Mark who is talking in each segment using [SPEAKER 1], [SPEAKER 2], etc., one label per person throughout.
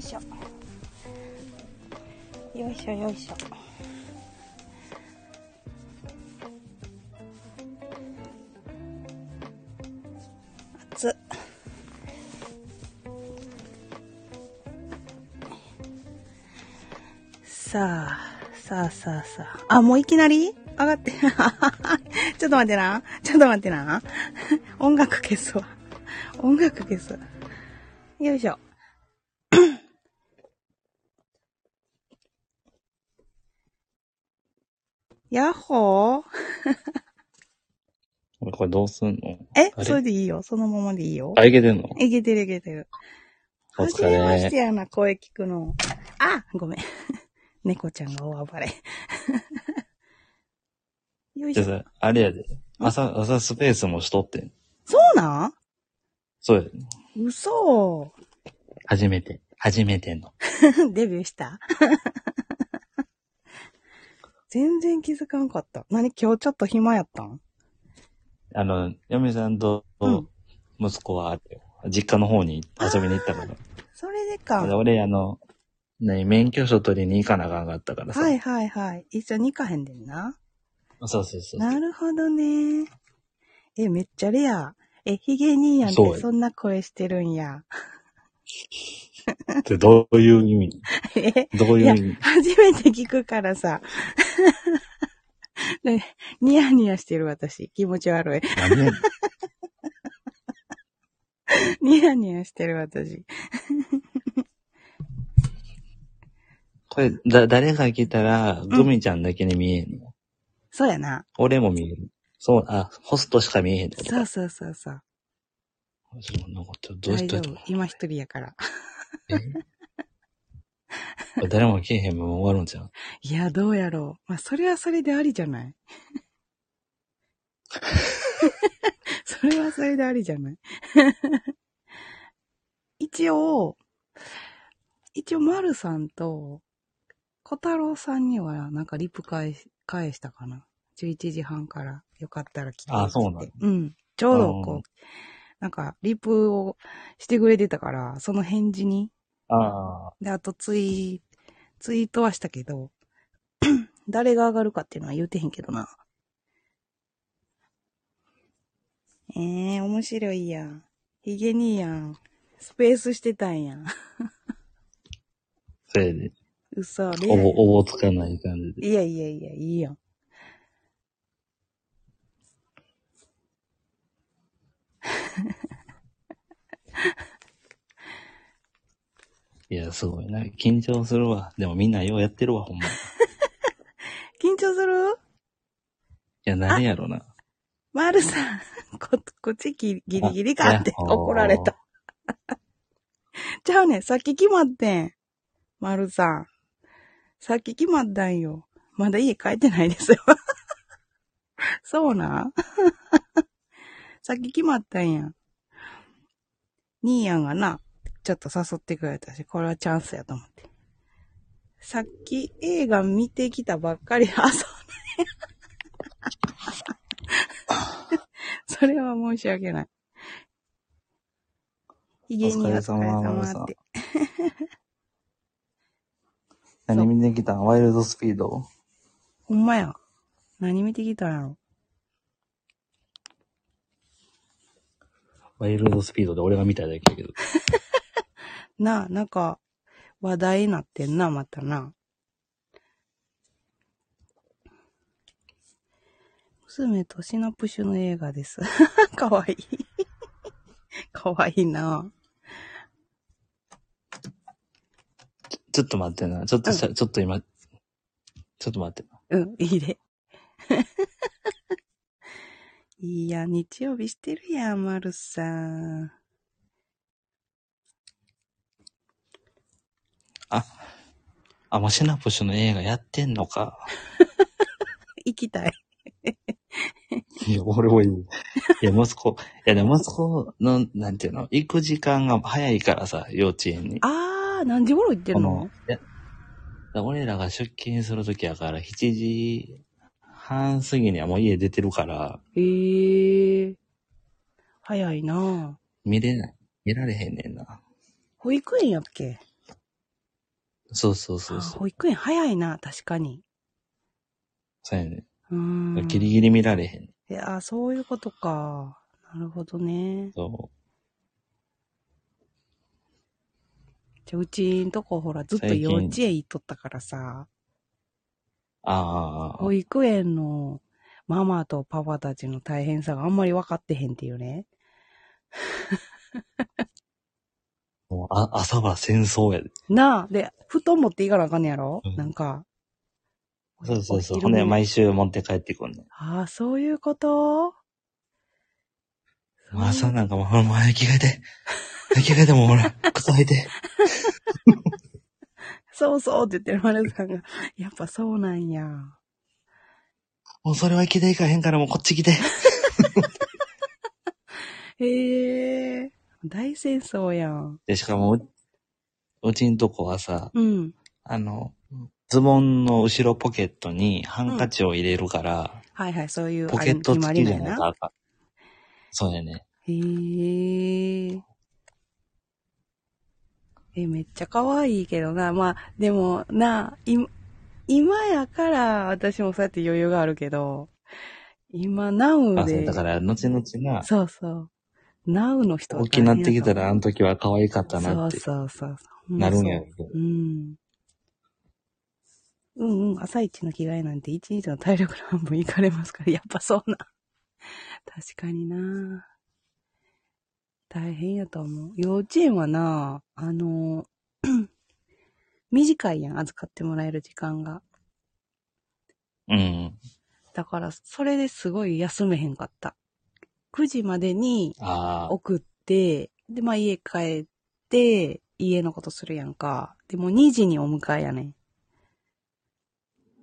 [SPEAKER 1] しょよいしょよいしょ熱っさあさあさあさああもういきなり上がって ちょっと待ってなちょっと待ってな音楽消すわ音楽消すよいしょヤッホー
[SPEAKER 2] 俺これどうすんの
[SPEAKER 1] え
[SPEAKER 2] あれ
[SPEAKER 1] それでいいよ。そのままでいいよ。
[SPEAKER 2] あ、いけてんの
[SPEAKER 1] いけてるいけてる。
[SPEAKER 2] お
[SPEAKER 1] 初
[SPEAKER 2] 疲
[SPEAKER 1] めまして
[SPEAKER 2] れ。
[SPEAKER 1] やな、声聞くの。あごめん。 猫ちゃんが大暴れ。 よい
[SPEAKER 2] じ
[SPEAKER 1] し
[SPEAKER 2] ゃ
[SPEAKER 1] ょ。
[SPEAKER 2] あ
[SPEAKER 1] そ
[SPEAKER 2] さ、あれやで。朝、朝スペースもしとってん。
[SPEAKER 1] うなん
[SPEAKER 2] そうやで。
[SPEAKER 1] 嘘。
[SPEAKER 2] 初めて。初めての。
[SPEAKER 1] デビューした 全然気づかんかった。何今日ちょっと暇やったん
[SPEAKER 2] あの、嫁さんと
[SPEAKER 1] うん
[SPEAKER 2] 息子はあれよ。実家の方に遊びに行ったから。
[SPEAKER 1] それで
[SPEAKER 2] ただ
[SPEAKER 1] か。
[SPEAKER 2] 俺、あの、何、免許証取りに行かなあかんかったからさ。
[SPEAKER 1] はいはいはい。一緒に行かへんでんな。
[SPEAKER 2] そうそうそう。
[SPEAKER 1] なるほどね。え、めっちゃレア。え、ヒゲ兄やんっ
[SPEAKER 2] そう
[SPEAKER 1] て
[SPEAKER 2] や
[SPEAKER 1] そんな声してるんや。
[SPEAKER 2] ってどういう意味
[SPEAKER 1] え、
[SPEAKER 2] どう
[SPEAKER 1] い
[SPEAKER 2] いう
[SPEAKER 1] や
[SPEAKER 2] 意味、
[SPEAKER 1] 初めて聞くからさ。 ねニヤニヤしてる私。気持ち悪い。
[SPEAKER 2] 何やねん
[SPEAKER 1] ニヤニヤしてる私。
[SPEAKER 2] これ、だ、誰が来たら、グミちゃんだけに見えんの、
[SPEAKER 1] そうやな。
[SPEAKER 2] 俺も見える。そう、あ、ホストしか見えへんってこと
[SPEAKER 1] そう
[SPEAKER 2] か。
[SPEAKER 1] そうそうそう。
[SPEAKER 2] そうなんかちょっとどう
[SPEAKER 1] 大
[SPEAKER 2] した
[SPEAKER 1] 丈
[SPEAKER 2] らいい
[SPEAKER 1] 夫。今一人やから。
[SPEAKER 2] え 誰も来えへんまま終わるんじゃん。
[SPEAKER 1] いや、どうやろう。まあ、それはそれでありじゃ ないそれはそれでありじゃない 一応、一応、まるさんと、小太郎さんには、なんかリプ返し、返したかな。11時半から、よかったら来て。
[SPEAKER 2] あそうなの
[SPEAKER 1] ってうん。ちょうど、こ
[SPEAKER 2] う、
[SPEAKER 1] うんなんか、リプをしてくれてたから、その返事に、
[SPEAKER 2] ああ。
[SPEAKER 1] で、あとツイ、ツイートはしたけど、 誰が上がるかっていうのは言うてへんけどな。えー、面白いやん。ヒゲ兄やん。スペースしてたんやん。
[SPEAKER 2] それで、
[SPEAKER 1] 嘘
[SPEAKER 2] おぼ
[SPEAKER 1] で。、
[SPEAKER 2] おぼつかない感じで。
[SPEAKER 1] いやいやいや、いいやん。
[SPEAKER 2] いや、すごいな。緊張するわ。でもみんなようやってるわ、ほんま。い
[SPEAKER 1] 緊張する
[SPEAKER 2] や、何やろな。
[SPEAKER 1] マルさん、こ、こっちギリギリかって
[SPEAKER 2] あやっほー
[SPEAKER 1] 怒られた。 ちゃうねん、さっき決まってん。マルさん。さっき決まったんよ。まだ家帰ってないですよ。 そうなんさっき決まったんや。兄やんがな、ちょっと誘ってくれたし、これはチャンスやと思って。さっき映画見てきたばっかり、あ、そう それは申し訳ない。ヒゲに
[SPEAKER 2] お
[SPEAKER 1] お
[SPEAKER 2] 疲れ
[SPEAKER 1] 疲
[SPEAKER 2] 様
[SPEAKER 1] れ
[SPEAKER 2] マル
[SPEAKER 1] 様
[SPEAKER 2] さん
[SPEAKER 1] って。
[SPEAKER 2] 何見てきたんワイルドスピード
[SPEAKER 1] ほんまや。何見てきたんやろ。
[SPEAKER 2] ワイルドスピードで俺が見ただけやけど。
[SPEAKER 1] なあ、なんか、話題になってんな、またな。娘とシナプシュの映画です。 かわいい。かわいいな。
[SPEAKER 2] ちょっと待ってな。ちょっとしゃ、ちょっと今、ちょっと待ってな。
[SPEAKER 1] うん、いいで。 いいや、日曜日してるやん、まるさん。
[SPEAKER 2] あ、もうシナプシュの映画やってんのか。
[SPEAKER 1] 行きたい。
[SPEAKER 2] いや、俺もいい。いや、息子、いや、でも息子の、なんていうの、行く時間が早いからさ、幼稚園に。
[SPEAKER 1] あー、何時頃行って
[SPEAKER 2] こ
[SPEAKER 1] ん
[SPEAKER 2] の
[SPEAKER 1] の、
[SPEAKER 2] いや、俺らが出勤するときやから、7時半過ぎにはもう家出てるから、
[SPEAKER 1] えー。早いな。
[SPEAKER 2] 見れない、見られへんねんな。
[SPEAKER 1] 保育園やっけ
[SPEAKER 2] そうそうそう
[SPEAKER 1] あ
[SPEAKER 2] そう。
[SPEAKER 1] 保育園早いな、確かに。
[SPEAKER 2] そうやね。
[SPEAKER 1] うーん。
[SPEAKER 2] ギリギリ見られへん。
[SPEAKER 1] いやー、そういうことか。なるほどね。
[SPEAKER 2] そ
[SPEAKER 1] じゃあうちんとこほら、ずっと
[SPEAKER 2] 最近
[SPEAKER 1] 幼稚園行っとったからさ、
[SPEAKER 2] う。ああ、
[SPEAKER 1] 保育園のママとパパたちの大変さがあんまり分かってへんっていうね。
[SPEAKER 2] もうあ朝は戦争やで。
[SPEAKER 1] なあ、で、布団持っていかなあかんねやろ、
[SPEAKER 2] うん
[SPEAKER 1] なんか。
[SPEAKER 2] そうそうそ
[SPEAKER 1] お
[SPEAKER 2] う。
[SPEAKER 1] 昼
[SPEAKER 2] ほんで、
[SPEAKER 1] 寝
[SPEAKER 2] 毎週持って帰ってくんね。
[SPEAKER 1] ああ、そういうこと
[SPEAKER 2] もう朝なんかもう、ほら、もう早く着替えて。早く着替えてもうほら、 靴履いて。
[SPEAKER 1] そうそうって言ってる丸さんが、やっぱそうなんや。
[SPEAKER 2] もうそれは着ていかへんからもうこっち来て。
[SPEAKER 1] へえ、大戦争やん。
[SPEAKER 2] で、しかもう、うちんとこはさ、
[SPEAKER 1] うん。
[SPEAKER 2] あの、ズボンの後ろポケットにハンカチを入れるから、
[SPEAKER 1] はいはい、そういう、
[SPEAKER 2] ポケット付きじゃない
[SPEAKER 1] あ
[SPEAKER 2] か。あかんそうやね。
[SPEAKER 1] れ決まりなんやなへえ。え、めっちゃ可愛いけどな。まあ、でも、な、い、今やから、私もそうやって余裕があるけど、今、ナウ
[SPEAKER 2] あそう
[SPEAKER 1] で、
[SPEAKER 2] だから、後々が、
[SPEAKER 1] そうそう。ナウの人は
[SPEAKER 2] 大きなってきた
[SPEAKER 1] 大
[SPEAKER 2] ら、あの時は可愛かった
[SPEAKER 1] 変やと
[SPEAKER 2] な
[SPEAKER 1] 思
[SPEAKER 2] っ
[SPEAKER 1] う
[SPEAKER 2] て、
[SPEAKER 1] そうそうそう。
[SPEAKER 2] なるん
[SPEAKER 1] ね
[SPEAKER 2] やろうけど。
[SPEAKER 1] うん。うんうん、朝一の着替えなんて一日の体力の半分いかれますから、やっぱそうな。確かにな大変やと思う。幼稚園はなあの、 短いやん、預かってもらえる時間が。
[SPEAKER 2] うん。
[SPEAKER 1] だから、それですごい休めへんかった。9時までに
[SPEAKER 2] ああ、
[SPEAKER 1] 送って、で、まあ家帰って、家のことするやんか。でもう2時にお迎えやねん。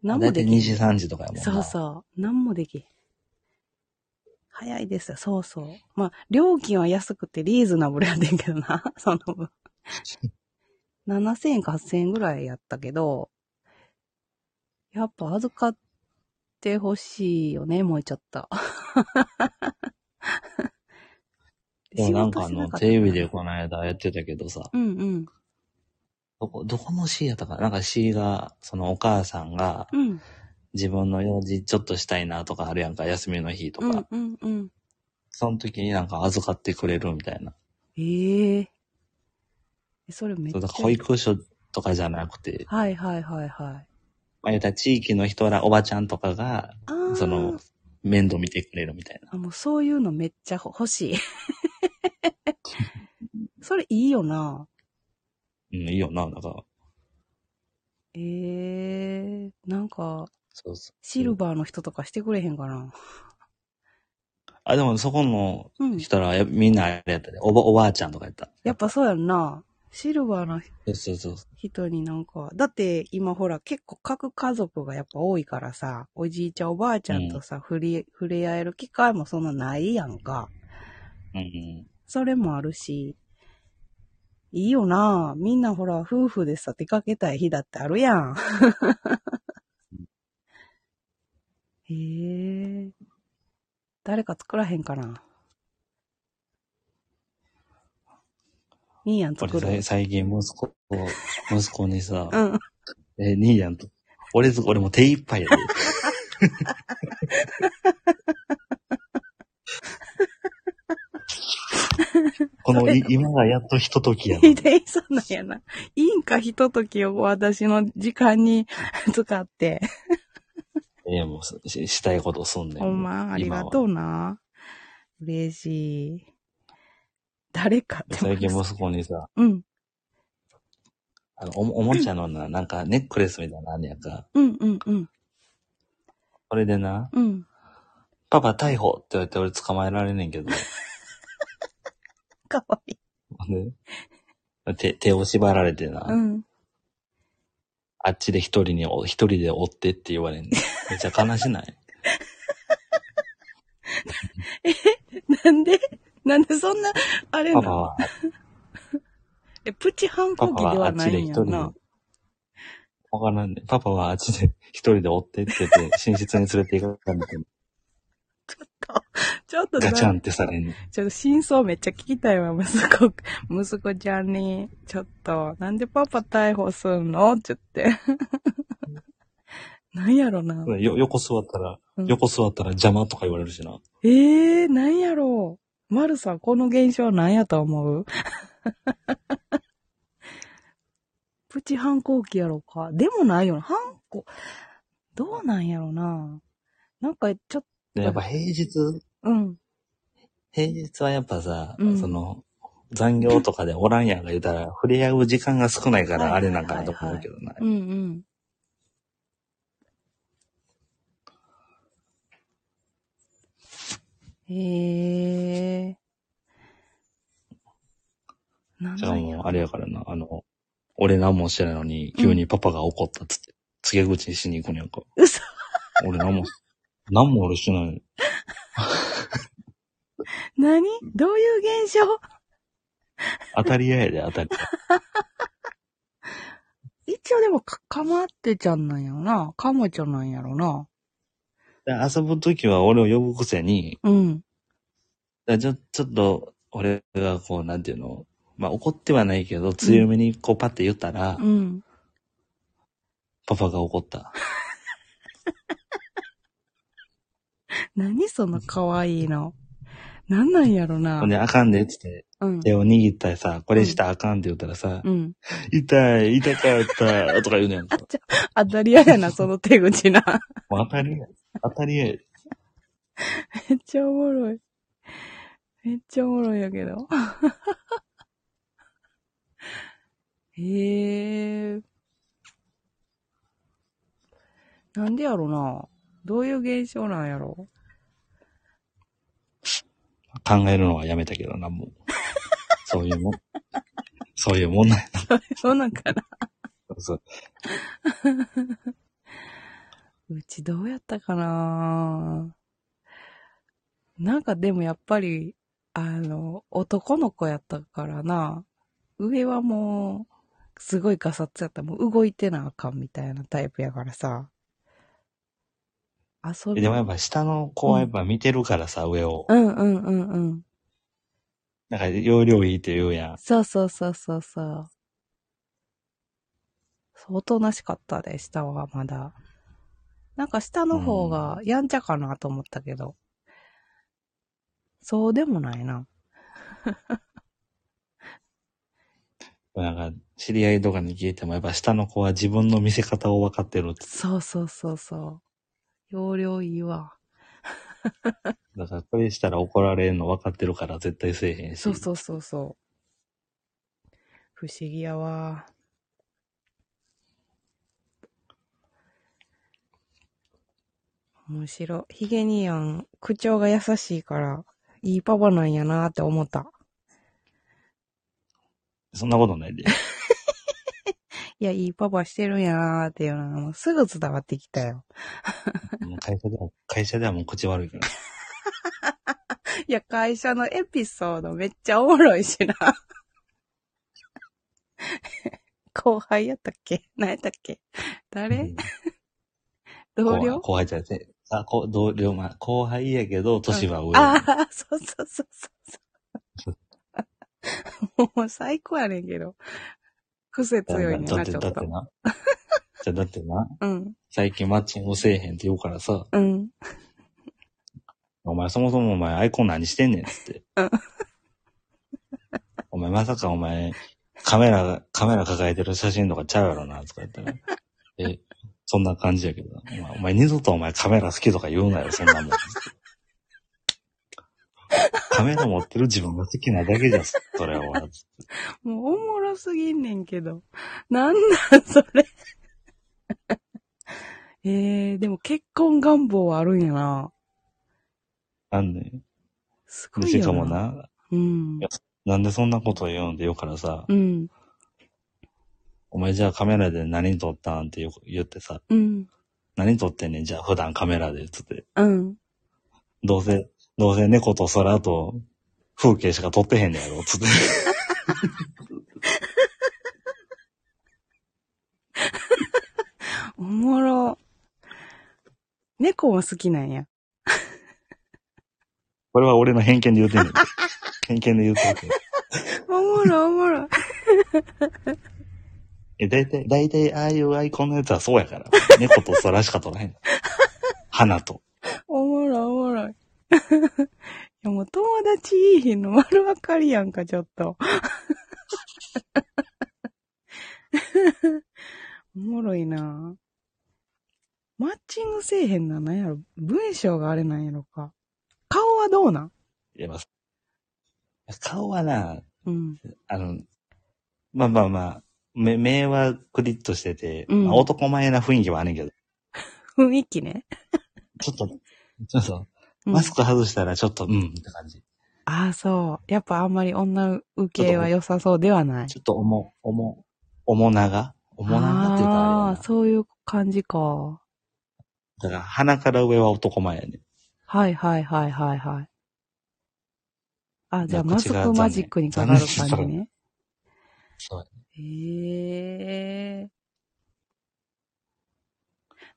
[SPEAKER 1] 何
[SPEAKER 2] だ
[SPEAKER 1] も
[SPEAKER 2] い
[SPEAKER 1] で
[SPEAKER 2] たい
[SPEAKER 1] きへん
[SPEAKER 2] 2時3時とかやもんな。
[SPEAKER 1] そうそう。何もできへん。早いですよ。そうそう。まあ、料金は安くてリーズナブルやねんけどな。 その分。7000円か8000円ぐらいやったけど、やっぱ預かってほしいよね、燃えちゃ った。
[SPEAKER 2] でもなんかあ
[SPEAKER 1] 仕事し
[SPEAKER 2] の、
[SPEAKER 1] かった
[SPEAKER 2] テレビでこの間やってたけどさ、
[SPEAKER 1] うんうん。
[SPEAKER 2] どこ、どこの C やったかななんか C が、そのお母さんが、
[SPEAKER 1] うん。
[SPEAKER 2] 自分の用事ちょっとしたいなとかあるやんか、休みの日とか。
[SPEAKER 1] うんうんうん。
[SPEAKER 2] その時になんか預かってくれるみたいな。
[SPEAKER 1] ええそれめっち
[SPEAKER 2] そう
[SPEAKER 1] ゃ
[SPEAKER 2] だ。から保育所とかじゃなくて、
[SPEAKER 1] はいはいはいはい。
[SPEAKER 2] まあ、言ったら地域の人らおばちゃんとかが、
[SPEAKER 1] あー
[SPEAKER 2] その、面倒見てくれるみたいな。
[SPEAKER 1] あ、もうそういうのめっちゃ欲 しい。それいいよな。
[SPEAKER 2] うん、いいよな、なんか。
[SPEAKER 1] ええなんか、
[SPEAKER 2] そうそう。
[SPEAKER 1] シルバーの人とかしてくれへんかな。
[SPEAKER 2] あ、でもそこの
[SPEAKER 1] うん
[SPEAKER 2] 人らはやみんなあれやったで、おば、おばあちゃんとかやった。
[SPEAKER 1] やっぱそうやんな。シルバーの
[SPEAKER 2] そうそうそう。
[SPEAKER 1] 人になんか、だって今ほら結構各家族がやっぱ多いからさ、おじいちゃんおばあちゃんとさ、触れ、触れ合える機会もそんなないやんか。
[SPEAKER 2] うんうん。
[SPEAKER 1] それもあるし、いいよなみんなほら、夫婦でさ、出かけたい日だってあるやん。へえ。誰か作らへんかなみーやん作
[SPEAKER 2] 俺さ
[SPEAKER 1] る
[SPEAKER 2] い最近息子、息子にさ、
[SPEAKER 1] うん。
[SPEAKER 2] え、兄やんと。俺ず、俺もう手一杯やで。このい、今がやっとひとときやの
[SPEAKER 1] ひでいさんなんやな。いいんか、ひとときを私の時間に 使って。
[SPEAKER 2] ええもうすし、したいことすんねん。
[SPEAKER 1] ほんま、ありがと
[SPEAKER 2] う。
[SPEAKER 1] うな。嬉しい。誰かって
[SPEAKER 2] 最近息子にさ、
[SPEAKER 1] うん。
[SPEAKER 2] あの、おもおもちゃのな、なんかネックレスみたいなのあんねやんか。
[SPEAKER 1] うんうんうん。
[SPEAKER 2] これでな、
[SPEAKER 1] うん。
[SPEAKER 2] パパ逮捕って言われて俺捕まえられねんけ ど、
[SPEAKER 1] かわいい。
[SPEAKER 2] で手、手を縛られてな、
[SPEAKER 1] うん。
[SPEAKER 2] あっちで一人にお、一人で追ってって言われんねん。めっちゃ悲しない
[SPEAKER 1] なんでなんで そんな、あれ
[SPEAKER 2] パパ
[SPEAKER 1] な
[SPEAKER 2] は、
[SPEAKER 1] え、プチ反
[SPEAKER 2] パ
[SPEAKER 1] 抗期
[SPEAKER 2] パ
[SPEAKER 1] で
[SPEAKER 2] はあ
[SPEAKER 1] は
[SPEAKER 2] っ
[SPEAKER 1] な
[SPEAKER 2] ちで
[SPEAKER 1] い
[SPEAKER 2] 一
[SPEAKER 1] んや
[SPEAKER 2] 人で。
[SPEAKER 1] な。
[SPEAKER 2] わからんね。パパはあっちで一人で追ってってて、寝室に連れて行かれて。
[SPEAKER 1] ちょっと
[SPEAKER 2] ガチャ
[SPEAKER 1] な、
[SPEAKER 2] ンってされんねん。
[SPEAKER 1] ちょっと真相めっちゃ聞きたいわ、息子、 息子ちゃんに。ちょっと、なんでパパ逮捕すんのって言 って。なんやろな。
[SPEAKER 2] よ、横座ったら、
[SPEAKER 1] うん
[SPEAKER 2] 横座ったら邪魔とか言われるしな。
[SPEAKER 1] ええー、なんやろう。まるさん、この現象なんやと思う プチ反抗期やろか。でもないよな。反抗、どうなんやろな。なんか、ちょっ
[SPEAKER 2] でやっぱ平日、
[SPEAKER 1] と、うん。
[SPEAKER 2] 平日はやっぱさ、
[SPEAKER 1] うん
[SPEAKER 2] その、残業とかでおらんやんが言うたら、触れ合う時間が少ないか
[SPEAKER 1] はい
[SPEAKER 2] ら
[SPEAKER 1] は
[SPEAKER 2] あ
[SPEAKER 1] いはい
[SPEAKER 2] れ
[SPEAKER 1] は
[SPEAKER 2] ないんかなと思うけどな。
[SPEAKER 1] うんうん。ええー。なん
[SPEAKER 2] じゃ
[SPEAKER 1] な
[SPEAKER 2] あ
[SPEAKER 1] んや
[SPEAKER 2] もう
[SPEAKER 1] ろ、
[SPEAKER 2] あれやからな、あの、俺何もしてないのに、急にパパが怒ったっつって、告げ口しに行くんやんか。
[SPEAKER 1] 嘘
[SPEAKER 2] 俺何も、何も俺してないのに。
[SPEAKER 1] 何どういう現象
[SPEAKER 2] 当たり屋やで、当たり
[SPEAKER 1] 一応でもか、かまってちゃんなんやろな。かもちゃんなんやろな。
[SPEAKER 2] 屋。で遊ぶときは俺を呼ぶくせに、
[SPEAKER 1] うん。
[SPEAKER 2] だちょちょっと、俺がこう、なんていうの、まあ怒ってはないけど、強めにこうパッて言ったら、
[SPEAKER 1] うん。
[SPEAKER 2] パパが怒った。
[SPEAKER 1] 何その可愛いの。なんなんやろな
[SPEAKER 2] ほん。で、あかんで、つって、
[SPEAKER 1] うん。
[SPEAKER 2] 手を握ったらさ、これしたらあかんって言ったらさ、
[SPEAKER 1] うん。
[SPEAKER 2] 痛い、痛かった、とか言うねやんか。
[SPEAKER 1] 当たり屋やな、その手口な。
[SPEAKER 2] もう当たり屋。当たり屋やで。
[SPEAKER 1] めっちゃおもろい。めっちゃおもろいんやけど。 へえ。なんでやろな。どういう現象なんやろ。
[SPEAKER 2] 考えるのはやめたけど な、もう。そういうもん。そういうもんなんやな。
[SPEAKER 1] そうなんかな。
[SPEAKER 2] そう
[SPEAKER 1] うちどうやったかななんかでもやっぱり、あの、男の子やったからな。上はもう、すごいガサツやった。もう動いてなあかんみたいなタイプやからさ。遊び。
[SPEAKER 2] でもやっぱ下の子はやっぱ見てるからさ、上を
[SPEAKER 1] う。んうんうんうん。
[SPEAKER 2] なんか容量いいって言うやん。
[SPEAKER 1] そうそうそうそうそう。そうおとなしかったで、下はまだ。なんか下の方がやんちゃかなと思ったけど。そうでもないな。
[SPEAKER 2] なんか知り合いとかに聞いてもやっぱ下の子は自分の見せ方を分かってるって。
[SPEAKER 1] そうそうそうそう。容量いいわ。
[SPEAKER 2] だからこれしたら怒られるの分かってるから絶対せえへんし。
[SPEAKER 1] そうそうそうそう。不思議やわ。面白い。ヒゲニアン、口調が優しいから、いいパパなんやなって思った。
[SPEAKER 2] そんなことないで。
[SPEAKER 1] いや、いいパパしてるんやなーっていうのがもうすぐ伝わってきたよ。
[SPEAKER 2] もう会社では、会社ではもう口悪いから。
[SPEAKER 1] いや、会社のエピソードめっちゃおもろいしな。 後輩やったっけ何やったっけ誰、
[SPEAKER 2] うん
[SPEAKER 1] 同僚
[SPEAKER 2] 後後輩じゃなくて、あ、こう同僚、まあ、後輩やけど、年は上。
[SPEAKER 1] ああ、そうそうそうそうそう。もう最高やねんけど。癖強いねん
[SPEAKER 2] だ
[SPEAKER 1] な、
[SPEAKER 2] って、
[SPEAKER 1] ちょ
[SPEAKER 2] だ
[SPEAKER 1] っ
[SPEAKER 2] って
[SPEAKER 1] と。
[SPEAKER 2] な。じゃあだってな、
[SPEAKER 1] うん、
[SPEAKER 2] 最近マッチングせえへんって言うからさ、
[SPEAKER 1] うん。
[SPEAKER 2] お前そもそもお前アイコン何してんねんっつって
[SPEAKER 1] うん。
[SPEAKER 2] お前まさかお前、カメラ、カメラ抱えてる写真とかちゃうやろな、とか言ったら。え、そんな感じやけど。お前お前二度とお前カメラ好きとか言うなよ、そんなもん。カメラ持ってる自分が好きなだけじゃん、それは。
[SPEAKER 1] もうおもろすぎんねんけど。なんなん、それ。 えー、でも結婚願望はあるんやな。
[SPEAKER 2] あんねん。
[SPEAKER 1] す
[SPEAKER 2] で
[SPEAKER 1] ごい
[SPEAKER 2] しか
[SPEAKER 1] よ
[SPEAKER 2] も
[SPEAKER 1] な。
[SPEAKER 2] な、
[SPEAKER 1] うん。
[SPEAKER 2] なんでそんなこと言うんでよからさ、
[SPEAKER 1] うん。
[SPEAKER 2] お前じゃあカメラで何撮ったんってよ言ってさ、
[SPEAKER 1] うん。
[SPEAKER 2] 何撮ってんねん、じゃあ普段カメラで、つって。
[SPEAKER 1] うん。
[SPEAKER 2] どうせ、どうせ猫と空と風景しか撮ってへんねやろ、つって。
[SPEAKER 1] おもろ。猫は好きなんや。
[SPEAKER 2] これは俺の偏見で言うてん ねん。偏見で言うてんねん。
[SPEAKER 1] おもろおもろ。
[SPEAKER 2] え、だいたい、だいたいああいうアイコンのやつはそう やから。猫と空しか撮らへん。花と。
[SPEAKER 1] おもろおもろい。い やもう友達いい日の丸わかりやんか、ちょっと。 おもろいなマッチングせえへんな、なんやろ。文章があれなんやろか。顔はどうなん
[SPEAKER 2] いや、まあ顔はな、
[SPEAKER 1] うん。
[SPEAKER 2] あの、まあまあまあ、目、目はクリッとしてて、
[SPEAKER 1] うん
[SPEAKER 2] まあ男前な雰囲気はあんねんけど、
[SPEAKER 1] 雰囲気ね。
[SPEAKER 2] ちょっと、ちょっと、
[SPEAKER 1] うん
[SPEAKER 2] マスク外したらちょっと、うん、って感じ。
[SPEAKER 1] ああ、そう。やっぱあんまり女受けは良さそうではない。
[SPEAKER 2] ちょっと重、重、重長重長って言うとあれや
[SPEAKER 1] ああ、。
[SPEAKER 2] な
[SPEAKER 1] そういう感じか。
[SPEAKER 2] だから鼻から上は男前やねん。
[SPEAKER 1] はいはいはいはいはい。あ、じゃあ
[SPEAKER 2] なんか
[SPEAKER 1] マス
[SPEAKER 2] 違う
[SPEAKER 1] クマジックにかかる感じ
[SPEAKER 2] 残
[SPEAKER 1] ね。
[SPEAKER 2] そう。
[SPEAKER 1] へえ。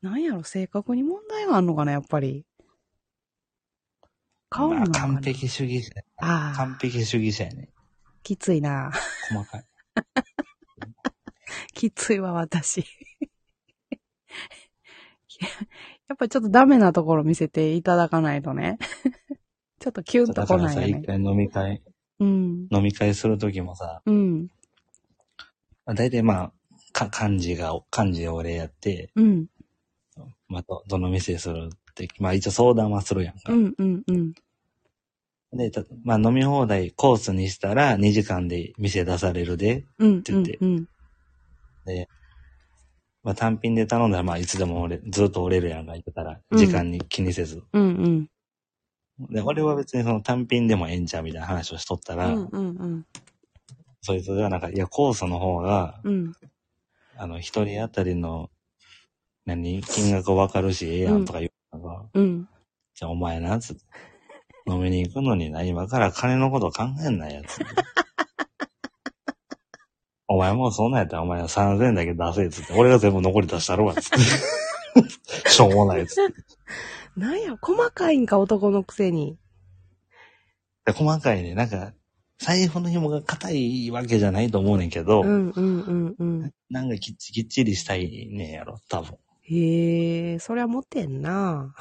[SPEAKER 1] なんやろ、性格に問題があるのかな、やっぱり。顔な
[SPEAKER 2] まあ
[SPEAKER 1] のかな、
[SPEAKER 2] 完璧主義者。
[SPEAKER 1] ああ
[SPEAKER 2] 完璧主義者やね。
[SPEAKER 1] きついな。
[SPEAKER 2] 細かい。
[SPEAKER 1] きついわ、私。 やっぱちょっとダメなところ見せていただかないとね。 ちょっとキュンと
[SPEAKER 2] だ
[SPEAKER 1] こ
[SPEAKER 2] か
[SPEAKER 1] な
[SPEAKER 2] ら
[SPEAKER 1] い
[SPEAKER 2] さ、
[SPEAKER 1] よ
[SPEAKER 2] 一
[SPEAKER 1] ね。
[SPEAKER 2] 回飲み会、
[SPEAKER 1] うん。
[SPEAKER 2] 飲み会するときもさ、
[SPEAKER 1] うん。
[SPEAKER 2] まあ、大体まあ、か、漢字が、漢字を俺やって、
[SPEAKER 1] うん。
[SPEAKER 2] まあ、ど、どの店するって、まあ一応相談はするやんか。
[SPEAKER 1] うん。うん。うん。
[SPEAKER 2] で、たまあ飲み放題コースにしたら2時間で店出されるで、
[SPEAKER 1] うん。
[SPEAKER 2] て言って
[SPEAKER 1] うん。
[SPEAKER 2] で、まあ単品で頼んだらまあいつでも俺、ずっと折れるやんか言ってたら、
[SPEAKER 1] うん
[SPEAKER 2] 時間に気にせず。
[SPEAKER 1] うん。うん。
[SPEAKER 2] で、俺は別にその単品でもええんちゃうみたいな話をしとったら、
[SPEAKER 1] うんうんうん。
[SPEAKER 2] そいつがなんか、いや、コースの方が、
[SPEAKER 1] うん。
[SPEAKER 2] あの、一人当たりの、何、金額わかるし、ええやんとか言うのが、
[SPEAKER 1] うん。
[SPEAKER 2] じゃあお前な、つって。飲みに行くのにな、今から金のこと考えんなやつって。お前もうそんなんやったらお前は3000だけ出せ、つって。俺が全部残り出したろわ、つって。 しょうもない、つって。
[SPEAKER 1] なんや、細かいんか、男のくせに。
[SPEAKER 2] で細かいね、なんか、財布の紐が硬いわけじゃないと思うねんけど、
[SPEAKER 1] うんうんうんうん。
[SPEAKER 2] なんかきっちきっちりしたいねんやろ、多分。
[SPEAKER 1] へえ、そりゃモテんな。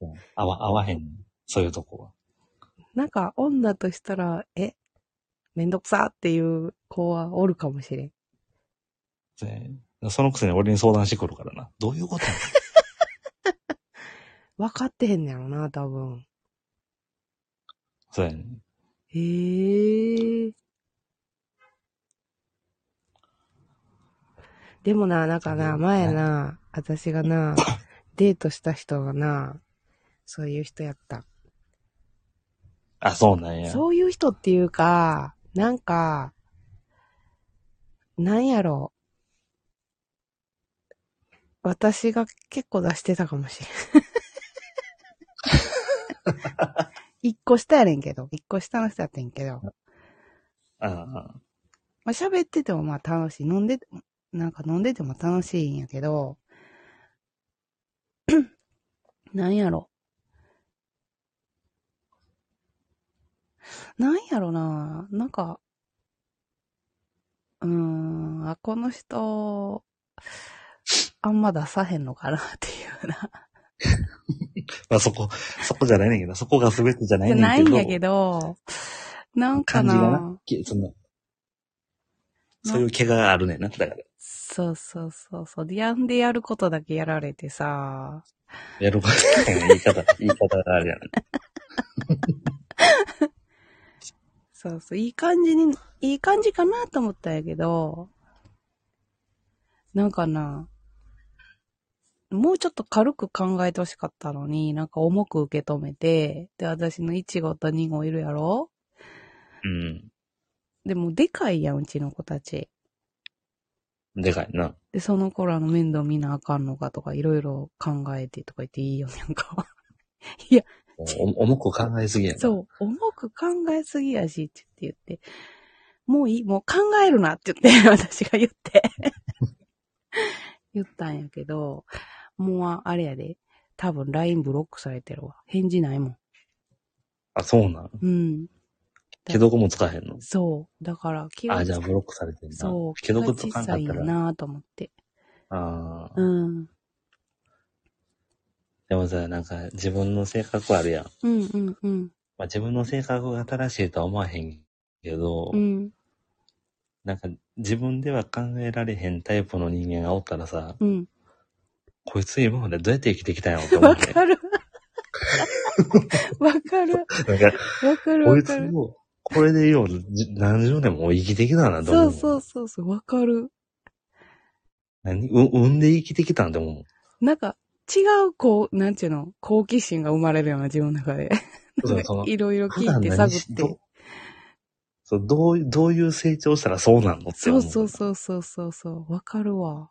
[SPEAKER 2] うん合わ、合わへん。そういうとこは。
[SPEAKER 1] なんか、女としたら、え、めんどくさっていう子はおるかもしれん。
[SPEAKER 2] ねそのくせに俺に相談してくるからな。どういうことやねん
[SPEAKER 1] 分かってへんねやろな、多分。
[SPEAKER 2] そうやねん。
[SPEAKER 1] へえ。でもな、なんかな、前な、私がな、デートした人がな、そういう人やった。
[SPEAKER 2] あ、そうなんや。
[SPEAKER 1] そういう人っていうか、なんか、なんやろう。私が結構出してたかもしれん。一個下やねんけど、一個下の人やってんけど、ま
[SPEAKER 2] ああ
[SPEAKER 1] あ、喋っててもまあ楽しい。飲んで、なんか飲んでても楽しいんやけど、 なんやろ。なんやろな。なんか、うーん、あ、この人、あんま出さへんのかなっていうな。
[SPEAKER 2] まあそこ、そこじゃないねんけど、そこが全てじゃない
[SPEAKER 1] じ
[SPEAKER 2] ね
[SPEAKER 1] ゃ
[SPEAKER 2] んけど。
[SPEAKER 1] ないんやけど、なんか
[SPEAKER 2] 感じ
[SPEAKER 1] な
[SPEAKER 2] がな。きその、そういう怪我があるねんな。だから、
[SPEAKER 1] そうそうそうそう。でやんでやることだけやられてさ、
[SPEAKER 2] やることない言 い方、言い方があるやん。
[SPEAKER 1] そうそう、いい感じに、いい感じかなと思ったんやけど、なんかな、もうちょっと軽く考えてほしかったのに、なんか重く受け止めて、で、私の1号と2号いるやろでも、でかいやん、うちの子たち。
[SPEAKER 2] うん。でかいな。
[SPEAKER 1] で、その子らの面倒見なあかんのかとか、いろいろ考えてとか言っていいよね、なんか。いや、
[SPEAKER 2] お重く考えすぎやな。
[SPEAKER 1] そう、重く考えすぎやし、って言って、もういい、もう考えるなって言って、 私が言って。言ったんやけど、もうああれやで、多分 LINE ブロックされてるわ。返事ないもん。
[SPEAKER 2] あ、そうなん。
[SPEAKER 1] うん。
[SPEAKER 2] 既読もつかへんの。
[SPEAKER 1] そう。だから、気が
[SPEAKER 2] あ、じゃあブロックされてんな。
[SPEAKER 1] そう、
[SPEAKER 2] 既
[SPEAKER 1] 気
[SPEAKER 2] 読
[SPEAKER 1] が
[SPEAKER 2] つ
[SPEAKER 1] 小
[SPEAKER 2] かんか
[SPEAKER 1] さ
[SPEAKER 2] っ
[SPEAKER 1] いん
[SPEAKER 2] た
[SPEAKER 1] や
[SPEAKER 2] ら。
[SPEAKER 1] なぁと思って。
[SPEAKER 2] ああ、
[SPEAKER 1] うん。
[SPEAKER 2] でもさ、なんか自分の性格あるやん。
[SPEAKER 1] うんうんうん。
[SPEAKER 2] まあ、自分の性格が正しいとは思わへんけど、
[SPEAKER 1] うん。
[SPEAKER 2] なんか自分では考えられへんタイプの人間がおった らさ、
[SPEAKER 1] うん。
[SPEAKER 2] こいつ今までどうやって生きてきたんやろって思
[SPEAKER 1] わ
[SPEAKER 2] って。
[SPEAKER 1] かる。わかる。
[SPEAKER 2] なんか、
[SPEAKER 1] わかる
[SPEAKER 2] こ
[SPEAKER 1] わ
[SPEAKER 2] い
[SPEAKER 1] か
[SPEAKER 2] つ
[SPEAKER 1] る。
[SPEAKER 2] も、これでよう、じ何十年も生きてきたなと
[SPEAKER 1] そ
[SPEAKER 2] 思う。
[SPEAKER 1] うそうそうそう、わかる。
[SPEAKER 2] 何う、産んで生きてきたんでも
[SPEAKER 1] なんか、違う、こう、なんちゅうの、好奇心が生まれるような、自分の中で。
[SPEAKER 2] う。そうその、
[SPEAKER 1] いろいろ
[SPEAKER 2] 普
[SPEAKER 1] 聞
[SPEAKER 2] 段
[SPEAKER 1] いて探
[SPEAKER 2] 何
[SPEAKER 1] っ
[SPEAKER 2] して
[SPEAKER 1] て。
[SPEAKER 2] そう、どう、どういう成長したらそうなんのって
[SPEAKER 1] そ
[SPEAKER 2] 思
[SPEAKER 1] う
[SPEAKER 2] う。
[SPEAKER 1] そうそうそうそうそう、わかるわ。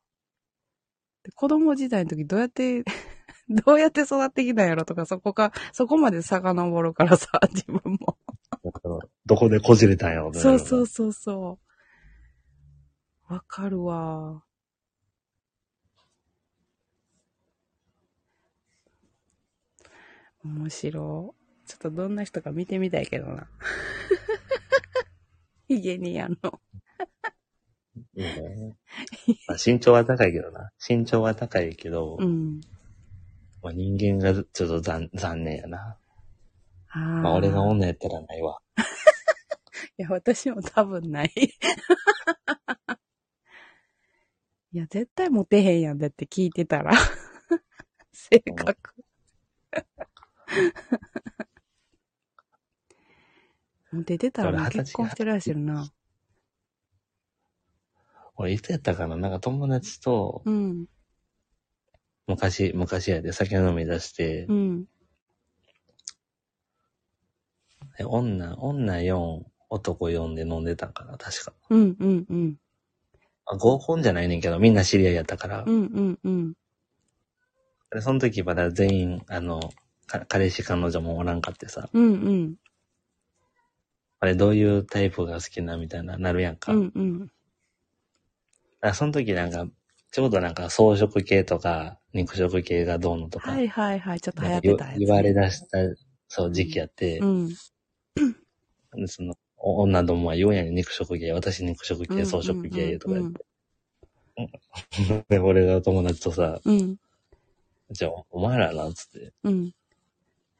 [SPEAKER 1] で子供時代の時どうやって、 どうやって育ってきたんやろとか、そこか、そこまで遡るからさ、自分も。
[SPEAKER 2] だからどこでこじれたんやろってな
[SPEAKER 1] そ
[SPEAKER 2] る
[SPEAKER 1] うそうそうそう。わかるわ。面白い。ちょっとどんな人か見てみたいけど な。ヒゲにやんの。
[SPEAKER 2] うんまあ身長は高いけどな。身長は高いけど、
[SPEAKER 1] うん。
[SPEAKER 2] まあ、人間がちょっと残残念やな。
[SPEAKER 1] あ
[SPEAKER 2] まあ俺が
[SPEAKER 1] い
[SPEAKER 2] 女やったらないわ。
[SPEAKER 1] や、私も多分ない。いや、絶対モテへんやん。だって聞いてた ら。性格。モテてたらもう結婚してらっしゃるな。
[SPEAKER 2] 俺いつやったかななんか友達と
[SPEAKER 1] うん。
[SPEAKER 2] 昔、昔やで酒飲み出して、
[SPEAKER 1] うん。
[SPEAKER 2] え女、女4、男4で飲んでたんかな確か。
[SPEAKER 1] うんうんうん。
[SPEAKER 2] あ合コンじゃないねんけど、みんな知り合いやったから。
[SPEAKER 1] うんうんうん。
[SPEAKER 2] でその時まだ全員、あの、か彼氏彼女もおらんかってさ、
[SPEAKER 1] うんうん。
[SPEAKER 2] あれどういうタイプが好きなみたいな、なるやんか。
[SPEAKER 1] うんうん。
[SPEAKER 2] あその時なんか、ちょうどなんか草食系とか、肉食系がどうのとか、
[SPEAKER 1] はいはいはい。ちょっと流
[SPEAKER 2] な
[SPEAKER 1] 行
[SPEAKER 2] んか
[SPEAKER 1] ってた
[SPEAKER 2] 言
[SPEAKER 1] やつ、
[SPEAKER 2] 言われ出した、そう、時期やって、
[SPEAKER 1] うん。
[SPEAKER 2] でその、お女どもは言うやん肉食系、私肉食系、草食系とか言って。 で、俺が友達とさ、
[SPEAKER 1] うんうん
[SPEAKER 2] じゃあ、お前らな、つって、
[SPEAKER 1] うん。うん。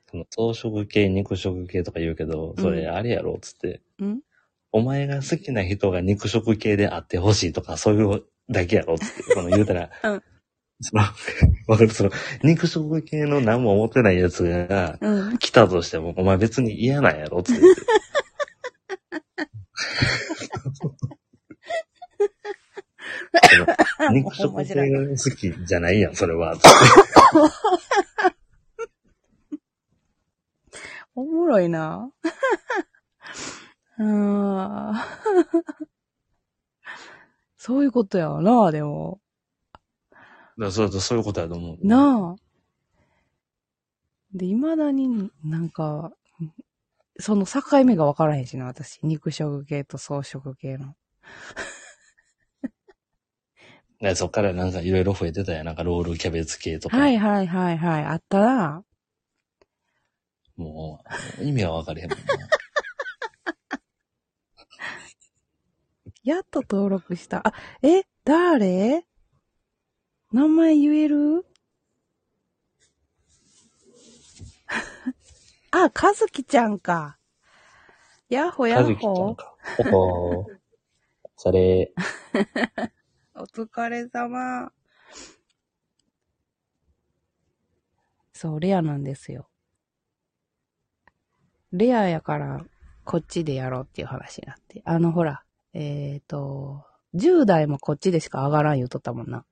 [SPEAKER 2] その草食系、肉食系とか言うけど、それ
[SPEAKER 1] う
[SPEAKER 2] あれやろ、つって、
[SPEAKER 1] うん
[SPEAKER 2] お前が好きな人が肉食系であってほしいとか、そういうだけやろ、つって、その言うたら、
[SPEAKER 1] うん
[SPEAKER 2] その、わかる、その、肉食系の何も思ってないやつが、
[SPEAKER 1] うん。
[SPEAKER 2] 来たとしても、お前別に嫌なんやろって言って。その肉食系が好きじゃないやん、それは。
[SPEAKER 1] おもろいな。 あー そういうことやわな、でも。
[SPEAKER 2] そうそういうことやと思う。
[SPEAKER 1] なあ。で、未だになんか、その境目が分からへんしな、私。肉食系と草食系の。
[SPEAKER 2] でそっからなんかいろいろ増えてたやん。なんかロールキャベツ系とか。
[SPEAKER 1] はいはいはいはい。あったな。
[SPEAKER 2] もう、意味はわかれへん もんな。
[SPEAKER 1] やっと登録した。あ、え、誰名前言える あ、かずきちゃんか。やっほや
[SPEAKER 2] か
[SPEAKER 1] っ
[SPEAKER 2] ずきちゃん
[SPEAKER 1] ほ。
[SPEAKER 2] か。ほほーそれ、
[SPEAKER 1] お疲れ様。そう、レアなんですよ。レアやから、こっちでやろうっていう話になって。あの、ほら、えっ、ー、と、10代もこっちでしか上がらん言うとったもんな。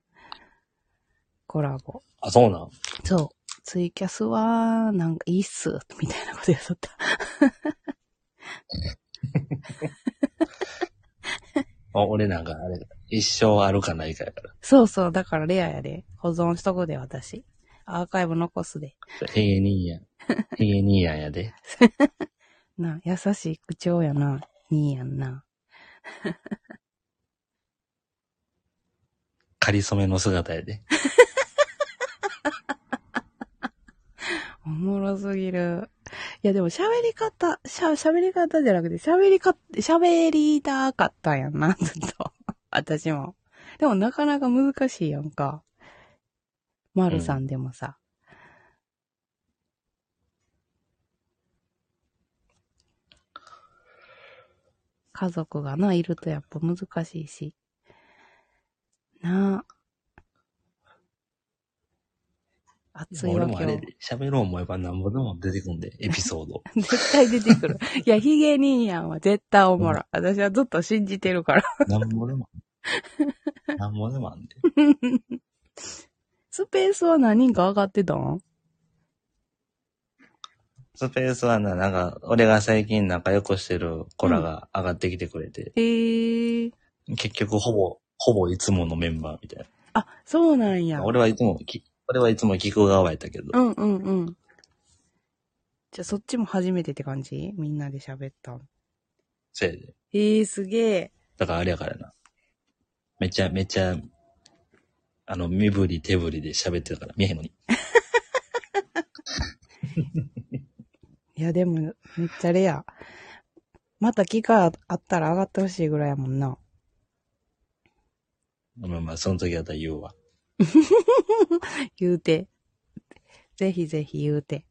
[SPEAKER 1] コラボ。
[SPEAKER 2] あ、そうなん。
[SPEAKER 1] そう。ツイキャスは、なんかいいっす、みたいなこと言っとった。
[SPEAKER 2] あ俺なんかあれ、一生あるかないかやから。
[SPEAKER 1] そうそう、だからレアやで。保存しとくで、私。アーカイブ残すで。
[SPEAKER 2] ヘゲニーヤン。ヘゲニーヤンやで。
[SPEAKER 1] な、優しい口調やな。にやんな。
[SPEAKER 2] 仮染めの姿やで。
[SPEAKER 1] おもろすぎる。や、でも喋り方、しゃ、喋り方じゃなくて、喋りか、喋りたかったんやんな、ずっと。 私も。でもなかなか難しいやんか。マルさんでもさ。家族がな、いるとやっぱ難しいし。なあ。熱い
[SPEAKER 2] 俺
[SPEAKER 1] わ
[SPEAKER 2] も
[SPEAKER 1] け
[SPEAKER 2] あ
[SPEAKER 1] よ。
[SPEAKER 2] れ、喋ろう思えばなんぼでも出てくんで、エピソー ド。
[SPEAKER 1] 絶対出て くる。いや、ヒゲ兄やんは絶対おもろい。私はずっと信じてるから。
[SPEAKER 2] なんぼでも。なんぼでもあんで。
[SPEAKER 1] スペースは何人か上がってたん
[SPEAKER 2] スペースはな、なんか、俺が最近仲良くしてる子らが上がってきてくれて、
[SPEAKER 1] へえ。
[SPEAKER 2] 結局ほぼ、ほぼいつものメンバーみたい
[SPEAKER 1] あ、そうなんや
[SPEAKER 2] な。。俺はいつもき、俺はいつも聞く側やったけど、
[SPEAKER 1] うんうんうん。じゃあそっちも初めてって感じみんなで喋ったん。
[SPEAKER 2] せいで。
[SPEAKER 1] ええすげえ。
[SPEAKER 2] だからあれやからな。めちゃめちゃ、あの、身振り手振りで喋ってたから、見えへんのに。
[SPEAKER 1] いや、でも、めっちゃレア。また機会あったら上がってほしいぐらいやもんな。
[SPEAKER 2] まあまあ、その時やったら言うわ。
[SPEAKER 1] 言うて。ぜひぜひ言うて。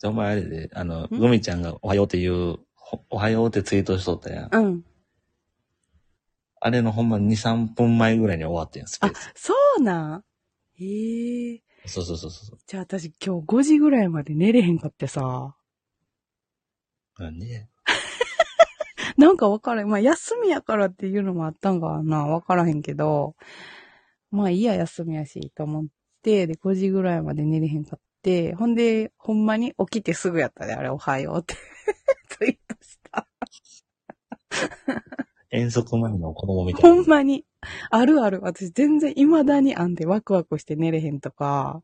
[SPEAKER 2] でお前あれで、あの、グミちゃんがおはようって言う、ほおはようってツイートしとったやん。
[SPEAKER 1] うん。
[SPEAKER 2] あれのほんま2、3分前ぐらいに終わってん、スペース。
[SPEAKER 1] そうなんええ
[SPEAKER 2] そうそうそうそう。
[SPEAKER 1] じゃあ私今日5時ぐらいまで寝れへんかってさ。
[SPEAKER 2] なんで
[SPEAKER 1] なんかわからん。まあ休みやからっていうのもあったんかな。わからへんけど。まあいいや休みやしと思って、で5時ぐらいまで寝れへんかって。ほんで、ほんまに起きてすぐやったで、あれおはようって。 ツイートした。
[SPEAKER 2] 遠足前の子供みたい
[SPEAKER 1] ほ
[SPEAKER 2] な。
[SPEAKER 1] んまに。あるある。私全然未だにあんでワクワクして寝れへんとか。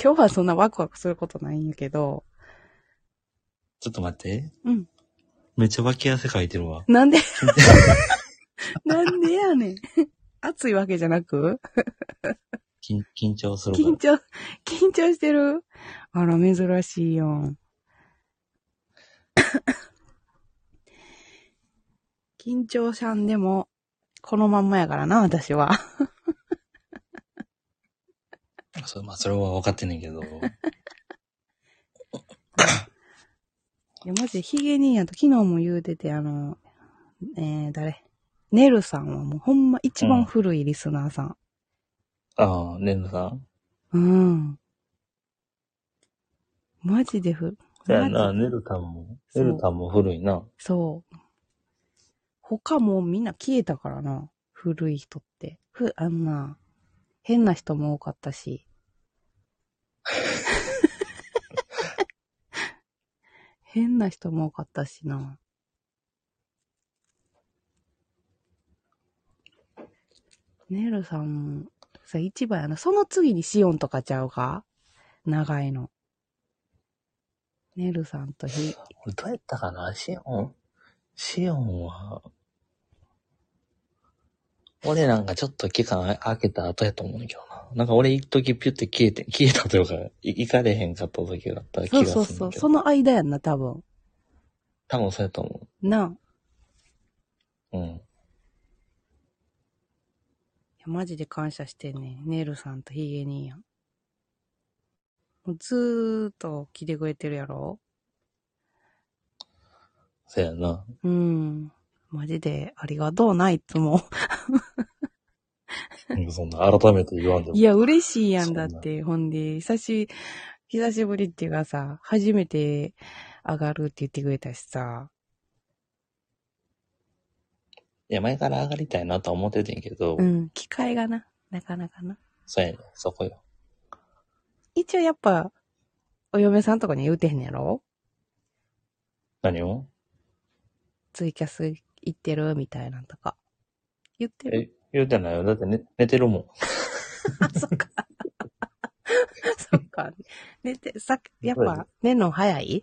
[SPEAKER 1] 今日はそんなワクワクすることないんやけど。
[SPEAKER 2] ちょっと待って。
[SPEAKER 1] うん。
[SPEAKER 2] めっちゃ脇汗かいてるわ。
[SPEAKER 1] なん でなんでやねん。暑いわけじゃなく
[SPEAKER 2] 緊緊張するか
[SPEAKER 1] 緊
[SPEAKER 2] ら。
[SPEAKER 1] 張、緊張してるあら、珍しいや ん。緊張しゃんでも、このまんまやからな、私 は。
[SPEAKER 2] そうまあ、それは分かってんね んけど。
[SPEAKER 1] いや、マジでヒゲ兄やと昨日も言うてて、あの、えー、誰ネルさんはもうほんま一番古いリスナーさん。
[SPEAKER 2] ああ、ねんさん。
[SPEAKER 1] うん。マジで古
[SPEAKER 2] そや
[SPEAKER 1] マジ
[SPEAKER 2] な、ねるたんも。
[SPEAKER 1] そ
[SPEAKER 2] ね
[SPEAKER 1] う
[SPEAKER 2] るたんも古いな。
[SPEAKER 1] そう。他もうみんな消えたからな。古い人って。ふ、あんな、変な人も多かったし。変な人も多かったしな。ネルさん、さ、一番やな。その次にシオンとかちゃうか長いの。ネルさんとひ、
[SPEAKER 2] 俺どうやったかなシオンシオンは、俺なんかちょっと期間空けた後やと思うんだけどな。なんか俺一時ピュって消えて、消えたというか、い行かれへんかった時があった気
[SPEAKER 1] そう
[SPEAKER 2] がするんだけど。
[SPEAKER 1] そうそう。その間やんな、多分。
[SPEAKER 2] 多分そうやと思
[SPEAKER 1] なあ。
[SPEAKER 2] う。うん。
[SPEAKER 1] いや、マジで感謝してんねん。ネイルさんとヒゲ兄やん。もうずーっと来てくれてるやろ
[SPEAKER 2] そうやな。
[SPEAKER 1] うん。マジでありがとうな、いつも。
[SPEAKER 2] なんか そんな改めて言わんでも。
[SPEAKER 1] いや、嬉しいやん
[SPEAKER 2] そん
[SPEAKER 1] だ
[SPEAKER 2] な
[SPEAKER 1] って。ほんで、久し、久しぶりっていうかさ、初めて上がるって言ってくれたしさ。
[SPEAKER 2] いや、前から上がりたいなとは思っててんけど、
[SPEAKER 1] うん。機会がな、なかなかな。
[SPEAKER 2] そうやねんそこよ。
[SPEAKER 1] 一応やっぱ、お嫁さんとかに言うてへんやろ
[SPEAKER 2] 何を
[SPEAKER 1] ツイキャス行ってるみたいなんとか。言ってる
[SPEAKER 2] え、言うてないよ。だって寝寝てるもん。
[SPEAKER 1] あ、そっ か。そっか。寝て、さ、やっ
[SPEAKER 2] そうや
[SPEAKER 1] ぱ
[SPEAKER 2] で、
[SPEAKER 1] 寝るの早い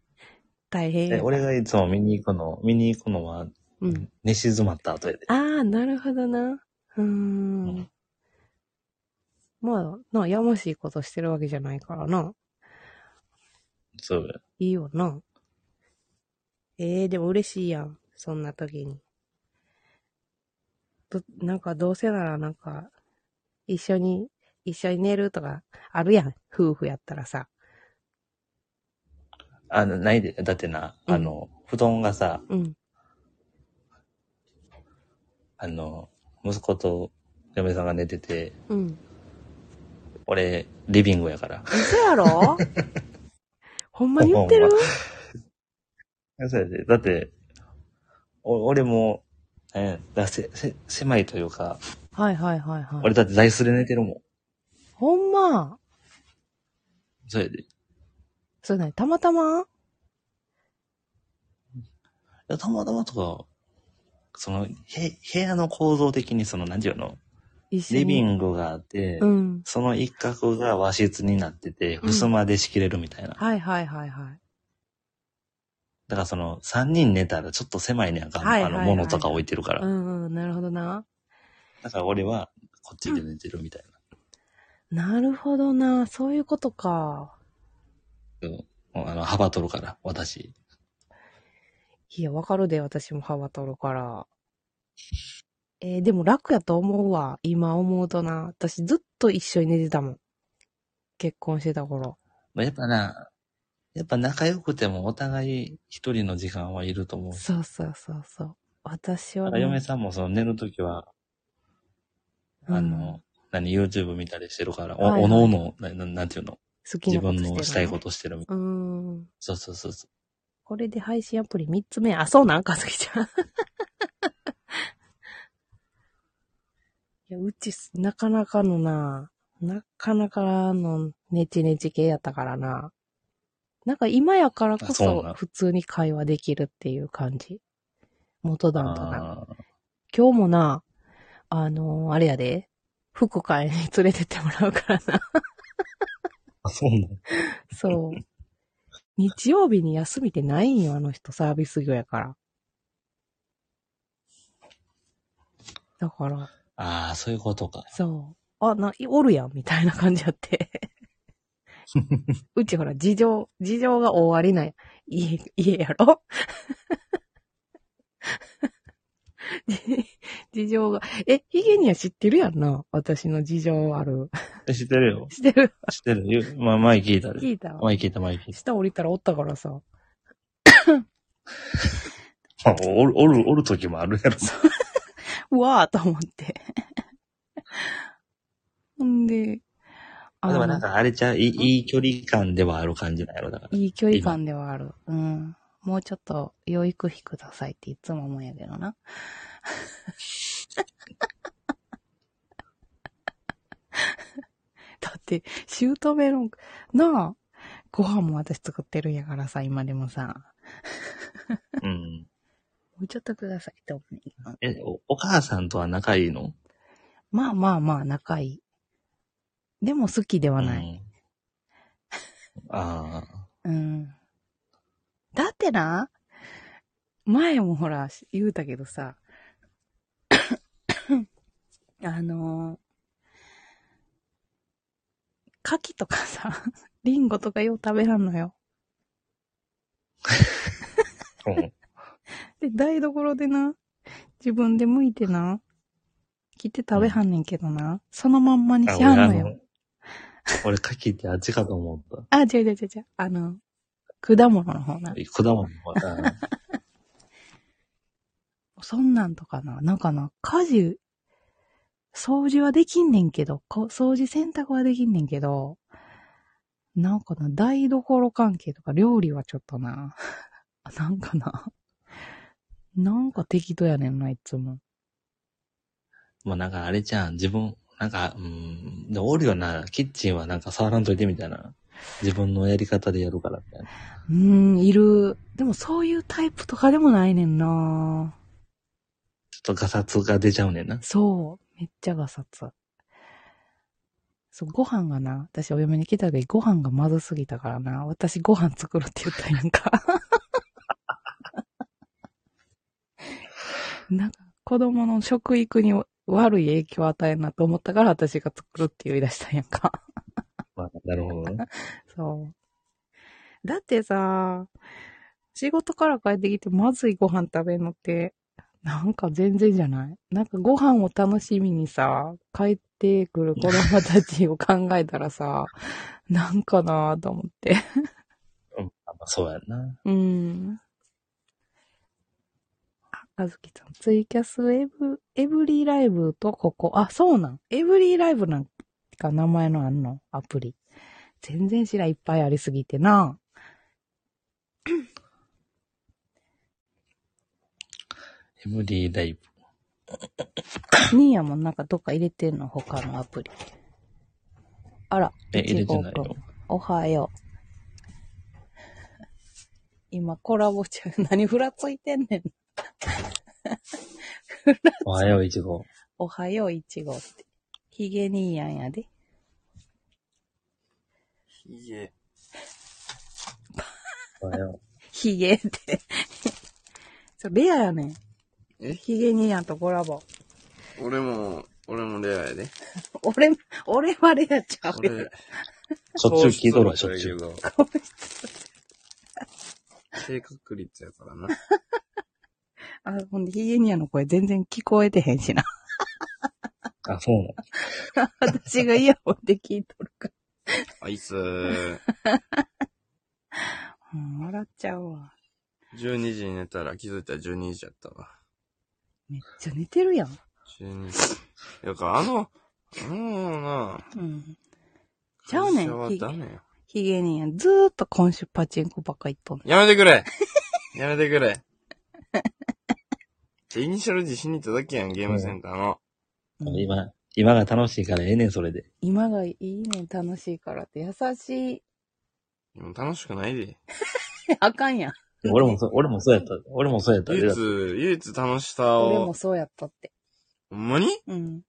[SPEAKER 1] 大変
[SPEAKER 2] え、
[SPEAKER 1] や。
[SPEAKER 2] 俺がいつも見に行くの、見に行くのは、
[SPEAKER 1] うん。
[SPEAKER 2] 寝静まった後やで。
[SPEAKER 1] ああ、なるほどな。うー。
[SPEAKER 2] うん
[SPEAKER 1] まあ、な、やましいことしてるわけじゃないからな。
[SPEAKER 2] そうや。
[SPEAKER 1] いいよな。ええでも嬉しいやん。そんな時に。ど、なんかどうせならなんか、一緒に、一緒に寝るとか、あるやん。夫婦やったらさ。
[SPEAKER 2] あの、ないで、だってな、あの、布団がさ、
[SPEAKER 1] うん。
[SPEAKER 2] あの、息子と嫁さんが寝てて、
[SPEAKER 1] うん。
[SPEAKER 2] 俺、リビングやから。
[SPEAKER 1] 嘘やろ ほんま言ってる
[SPEAKER 2] ほんそうやで。だって、お俺も、えだせ、せ、狭いというか、
[SPEAKER 1] はいはいはいはい。
[SPEAKER 2] 俺だって座椅子で寝てるもん。
[SPEAKER 1] ほんま。
[SPEAKER 2] そうやで。い
[SPEAKER 1] そうなに、たまたま
[SPEAKER 2] やたまたまとか、その、へ、部屋の構造的にその、なんていうの、
[SPEAKER 1] 一緒に。
[SPEAKER 2] リビングがあって、
[SPEAKER 1] うん。
[SPEAKER 2] その一角が和室になってて、襖で仕切れるみたいな。
[SPEAKER 1] はいはいはいはい。
[SPEAKER 2] だからその、三人寝たらちょっと狭いねやんか。
[SPEAKER 1] はいはいはい
[SPEAKER 2] あの、物とか置いてるから。
[SPEAKER 1] うんうん、なるほどな。
[SPEAKER 2] だから俺は、こっちで寝てるみたい
[SPEAKER 1] なるほどな。そういうことか。
[SPEAKER 2] な。うん。もうあの、幅取るから、私。
[SPEAKER 1] いや、わかるで、私も幅取るから。えーでも楽やと思うわ。今思うとな。私ずっと一緒に寝てたもん。結婚してた頃。
[SPEAKER 2] まあ、やっぱな、やっぱ仲良くてもお互い一人の時間はいると思う。
[SPEAKER 1] そうそうそうそう。私
[SPEAKER 2] だ
[SPEAKER 1] は
[SPEAKER 2] か
[SPEAKER 1] な、
[SPEAKER 2] ら嫁さんもその寝るときは、
[SPEAKER 1] うん
[SPEAKER 2] あの、何、YouTube 見たりしてるから、お、
[SPEAKER 1] はいはい
[SPEAKER 2] おのおの、なななんていうの
[SPEAKER 1] 好き
[SPEAKER 2] 自
[SPEAKER 1] なこと
[SPEAKER 2] 分
[SPEAKER 1] してる、
[SPEAKER 2] のしたいことしてる。
[SPEAKER 1] と。うん。
[SPEAKER 2] そうそうそうそ
[SPEAKER 1] これで配信アプリ3つ目。あ、そうなんかすぎちゃん。いや、うち、なかなかのな、なかなかのネチネチ系やったからな。なんか今やからこ
[SPEAKER 2] あそうな
[SPEAKER 1] そ
[SPEAKER 2] ん
[SPEAKER 1] 普通に会話できるっていう感じ。元
[SPEAKER 2] う。
[SPEAKER 1] 旦とな。
[SPEAKER 2] あー
[SPEAKER 1] 今日もな、あのーあれやで、服買いに連れてってもらうからな。
[SPEAKER 2] あ、そうなの
[SPEAKER 1] そう。日曜日に休みってないんよ、あの人、サービス業やから。だから、
[SPEAKER 2] ああ、そういうことか。
[SPEAKER 1] そう。あ、な、おるやん、みたいな感じやって。うちほら、事情、事情が終わりない。家、家やろ じ事情が、え、ヒゲには知ってるやんな。私の事情ある。
[SPEAKER 2] え知ってるよ。
[SPEAKER 1] 知ってる
[SPEAKER 2] 知ってるよ。まあ、前聞いたで。
[SPEAKER 1] 聞いた
[SPEAKER 2] 前聞いた、前聞い
[SPEAKER 1] 下降りたらおったからさ。
[SPEAKER 2] た。まあ、おる、おる、おる時もあるやろ。
[SPEAKER 1] うわーと思って。 ほんで、
[SPEAKER 2] あ
[SPEAKER 1] の
[SPEAKER 2] でもなんか、あれちゃう、いいいい距離感ではある感じなんやろ、だから。
[SPEAKER 1] いい距離感ではある。うん。もうちょっと、養育費くださいっていつも思うんやけどな。 だって、姑の、なあ、ご飯も私作ってるんやからさ、今でもさ、
[SPEAKER 2] うん。
[SPEAKER 1] もうちょっとくださいって思うねんけど。
[SPEAKER 2] え、おお母さんとは仲いいの
[SPEAKER 1] まあまあまあ、仲いい。でも好きではない。
[SPEAKER 2] うんああ。
[SPEAKER 1] うん。だってな、前もほら、言うたけどさ、 あのー、牡蠣とかさ、リンゴとかよう食べらんのよ。
[SPEAKER 2] うん。
[SPEAKER 1] で、台所でな、自分で剥いてな、切って食べはんねんけどな、そのまんまに
[SPEAKER 2] あ
[SPEAKER 1] しはんの
[SPEAKER 2] 俺あ
[SPEAKER 1] よ。
[SPEAKER 2] の俺、牡蠣ってあっちかと思っ
[SPEAKER 1] あ、違う違う違う違う、あの、果物の方な
[SPEAKER 2] た。。果物も。うん
[SPEAKER 1] そんなんとかな、なんかな、家事、掃除はできんねんけど、こ掃除洗濯はできんねんけど、なんかな、台所関係とか料理はちょっとな、 なんかな、なんか適当やねんな、いつも。
[SPEAKER 2] もうなんかあれじゃん、自分、なんか、うん、で、おるよな、キッチンはなんか触らんといてみたいな。自分のやり方でやるからみたいな。
[SPEAKER 1] うーん、いる。でもそういうタイプとかでもないねんな。
[SPEAKER 2] ちょっとガサツが出ちゃうねんな。
[SPEAKER 1] そう。めっちゃガサツ。そう、ご飯がな、私お嫁に来た時ご飯がまずすぎたからな、私ご飯作るって言ったやんか。なんか、子供の食育に悪い影響を与えんなと思ったから私が作るって言い出したんやんか。
[SPEAKER 2] まあ、なるほどね。
[SPEAKER 1] そう。だってさ、仕事から帰ってきてまずいご飯食べるのって、なんか全然じゃないなんかご飯を楽しみにさ、帰ってくる子供たちを考えたらさ、 なんかなぁと思って。
[SPEAKER 2] うん、まあそうやんな。
[SPEAKER 1] うん。あ、あずきさん、ツイキャスエブ、エブリーライブとここ。あ、そうなん。エブリーライブなんか名前のあんのアプリ。全然知らんいっぱいありすぎてな。
[SPEAKER 2] エブリーライブ。
[SPEAKER 1] ニーヤもなんかどっか入れてんの他のアプリ。あら、
[SPEAKER 2] え、入れてない
[SPEAKER 1] いちごくん
[SPEAKER 2] よ。
[SPEAKER 1] おはよう。今コラボ中、 何ふらついてんねん。
[SPEAKER 2] おはよう、いちご。
[SPEAKER 1] おはよう、いちごって。ヒゲニーヤンやで。
[SPEAKER 3] いえ。
[SPEAKER 2] おは よ
[SPEAKER 1] ヒゲって。 そう、レアやねん。
[SPEAKER 3] え
[SPEAKER 1] ヒゲ兄やんとコラボ。
[SPEAKER 3] 俺も、俺もレアやで。
[SPEAKER 1] 俺、俺はレアちゃうよ
[SPEAKER 3] 俺。、
[SPEAKER 2] う。しょっちゅう聞いとるわ、しょっちゅう。
[SPEAKER 3] う。低確率やからな。
[SPEAKER 1] あ、ほんで、ヒゲ兄やんの声全然聞こえてへんしな。
[SPEAKER 2] あ、そうなの。
[SPEAKER 1] 私がイヤホンで聞いとるか
[SPEAKER 3] あいつー、
[SPEAKER 1] ら。うん、笑っちゃうわ。
[SPEAKER 3] 12時に寝たら気づいたら12時やったわ。
[SPEAKER 1] めっちゃ寝てるやん。
[SPEAKER 3] 12時。だからあの、あのな、
[SPEAKER 1] うん。ちゃうねん
[SPEAKER 3] 会社はダメよ。
[SPEAKER 1] ヒゲ兄やん、ずーっと今週パチンコばっか行っとんねん。
[SPEAKER 3] やめてくれやめてくれ じゃイニシャル G しに行っただけやん、ゲームセンターの。
[SPEAKER 1] うん
[SPEAKER 2] 今、今が楽しいからええねん、それで。
[SPEAKER 1] 今がいいねん、楽しいからって。優しい。
[SPEAKER 3] 今楽しくないで。
[SPEAKER 1] あかんやん。
[SPEAKER 2] 俺もそう、俺もそうやった。俺もそうやった。
[SPEAKER 3] 唯
[SPEAKER 2] で
[SPEAKER 3] 一、唯一楽しさ
[SPEAKER 1] 俺も
[SPEAKER 3] を、
[SPEAKER 1] そうやったって。
[SPEAKER 3] ほんまに
[SPEAKER 1] うん。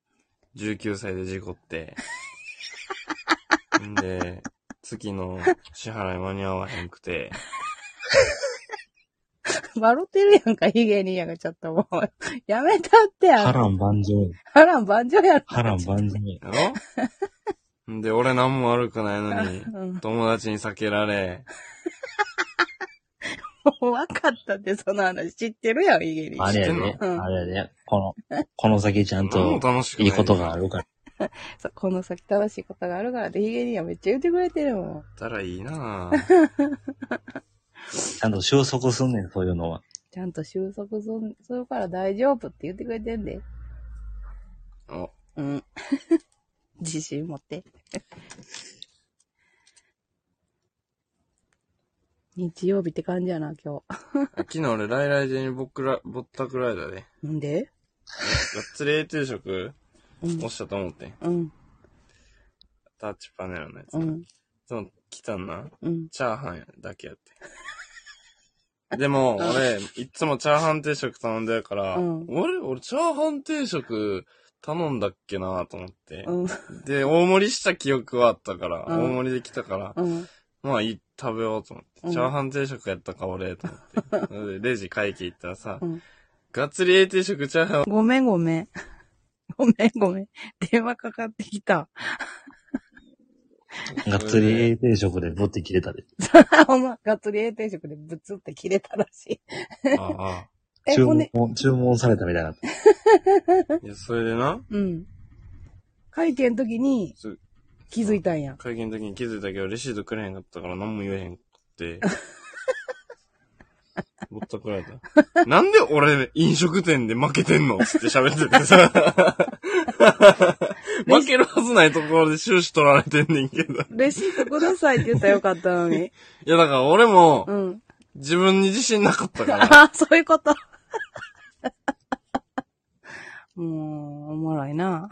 [SPEAKER 3] 19歳で事故 って。んで、月の支払い間に合わへんくて。
[SPEAKER 1] 笑ってるやんか、ヒゲにやがちょっともう。 やめたって
[SPEAKER 2] 波
[SPEAKER 1] やん。
[SPEAKER 2] 乱万丈や。
[SPEAKER 1] 波乱万丈やろ。
[SPEAKER 2] 波乱万丈や。
[SPEAKER 3] やろんで、俺何も悪くないの に、
[SPEAKER 1] うん。
[SPEAKER 3] 友達に避けられ。
[SPEAKER 1] もう分かったって、その話知ってるやん、ヒゲに。
[SPEAKER 2] あれや
[SPEAKER 3] 知っ
[SPEAKER 2] で、
[SPEAKER 1] てんの
[SPEAKER 2] あれやで、この、この先ちゃん
[SPEAKER 3] 何 も
[SPEAKER 2] と
[SPEAKER 3] 楽しくないい。
[SPEAKER 2] いことがあ。るから。
[SPEAKER 1] そうこの先正しいことがあるからって、ヒゲにはめっちゃ言ってくれてるもん。
[SPEAKER 3] たらいいなぁ。
[SPEAKER 2] ちゃんと収束すんねん、そういうのは。
[SPEAKER 1] ちゃんと収束するするから大丈夫って言ってくれてんで。
[SPEAKER 3] お、
[SPEAKER 1] うん。 自信持って。日曜日って感じやな、今
[SPEAKER 3] 昨日俺、ライライジェにぼっくら、ぼったくられたで。がっ
[SPEAKER 1] 日。んで
[SPEAKER 3] つり A 昼食、
[SPEAKER 1] うん
[SPEAKER 3] 押。したと思ってん。
[SPEAKER 1] うん。
[SPEAKER 3] タッチパネルのやつ。
[SPEAKER 1] うん。
[SPEAKER 3] その、来たんな。
[SPEAKER 1] うん。
[SPEAKER 3] チャーハンだけやって。でも、俺、いつもチャーハン定食頼んでるから、
[SPEAKER 1] うん
[SPEAKER 3] 俺、俺、チャーハン定食頼んだっけなと思って。
[SPEAKER 1] うん。
[SPEAKER 3] で、大盛りした記憶はあったから、
[SPEAKER 1] うん
[SPEAKER 3] 大盛りできたから、
[SPEAKER 1] うん。
[SPEAKER 3] まあ、いい、食べようと思って。
[SPEAKER 1] うん
[SPEAKER 3] チャーハン定食やったか、俺、と思っ て。でレジ会計行ったらさ、
[SPEAKER 1] うん
[SPEAKER 3] がっつり A 定食チャーハン
[SPEAKER 1] ごめんごめん。ごめんごめん。電話かかってきた。
[SPEAKER 2] がっつり A 定食でボッて切れたで。
[SPEAKER 1] ほんま、がっつり A 定食でブツって切れたらし
[SPEAKER 3] あ
[SPEAKER 1] い。え、
[SPEAKER 2] 注
[SPEAKER 1] ほんで、
[SPEAKER 2] 文、注文されたみたいな。
[SPEAKER 3] あ。いや、それでな、
[SPEAKER 1] うん。会計の時に
[SPEAKER 3] そう
[SPEAKER 1] 気づいたんや。
[SPEAKER 3] 会計の時に気づいたけど、レシートくれへんかったから何も言えへんって。ぼったくられた。なんで俺、飲食店で負けてんのつって喋っててさ。負けるはずないところで収支取られてんねんけど。い
[SPEAKER 1] レシートくださいって言ったらよかったのに。
[SPEAKER 3] や、だから俺も
[SPEAKER 1] う、ん。
[SPEAKER 3] 自分に自信なかっ たから。
[SPEAKER 1] ああ、そういう こと。もう、おもろいな。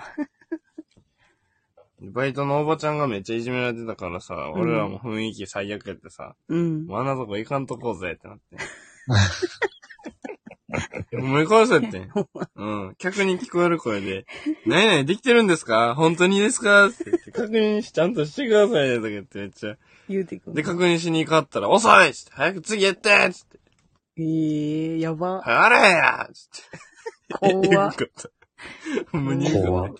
[SPEAKER 3] バイトのおばちゃんがめっちゃいじめられてたからさ、
[SPEAKER 1] うん
[SPEAKER 3] 俺らも雰囲気最悪やってさ、
[SPEAKER 1] うん。
[SPEAKER 3] もうあんなとこ行かんとこうぜってなって。 思い返せって。うん。客に聞こえる声で、何々できてるんですか本当にですかって言って、確認し、ちゃんとしてくださいねとか言ってめっちゃ。
[SPEAKER 1] 言うてくん。
[SPEAKER 3] で、確認しに行かったら、遅いっつって早く次やってっつって、
[SPEAKER 1] えー、やば。
[SPEAKER 3] はいあれやっつって。
[SPEAKER 1] 怖っ。
[SPEAKER 3] 言うことほんまに言うこと
[SPEAKER 2] 怖っ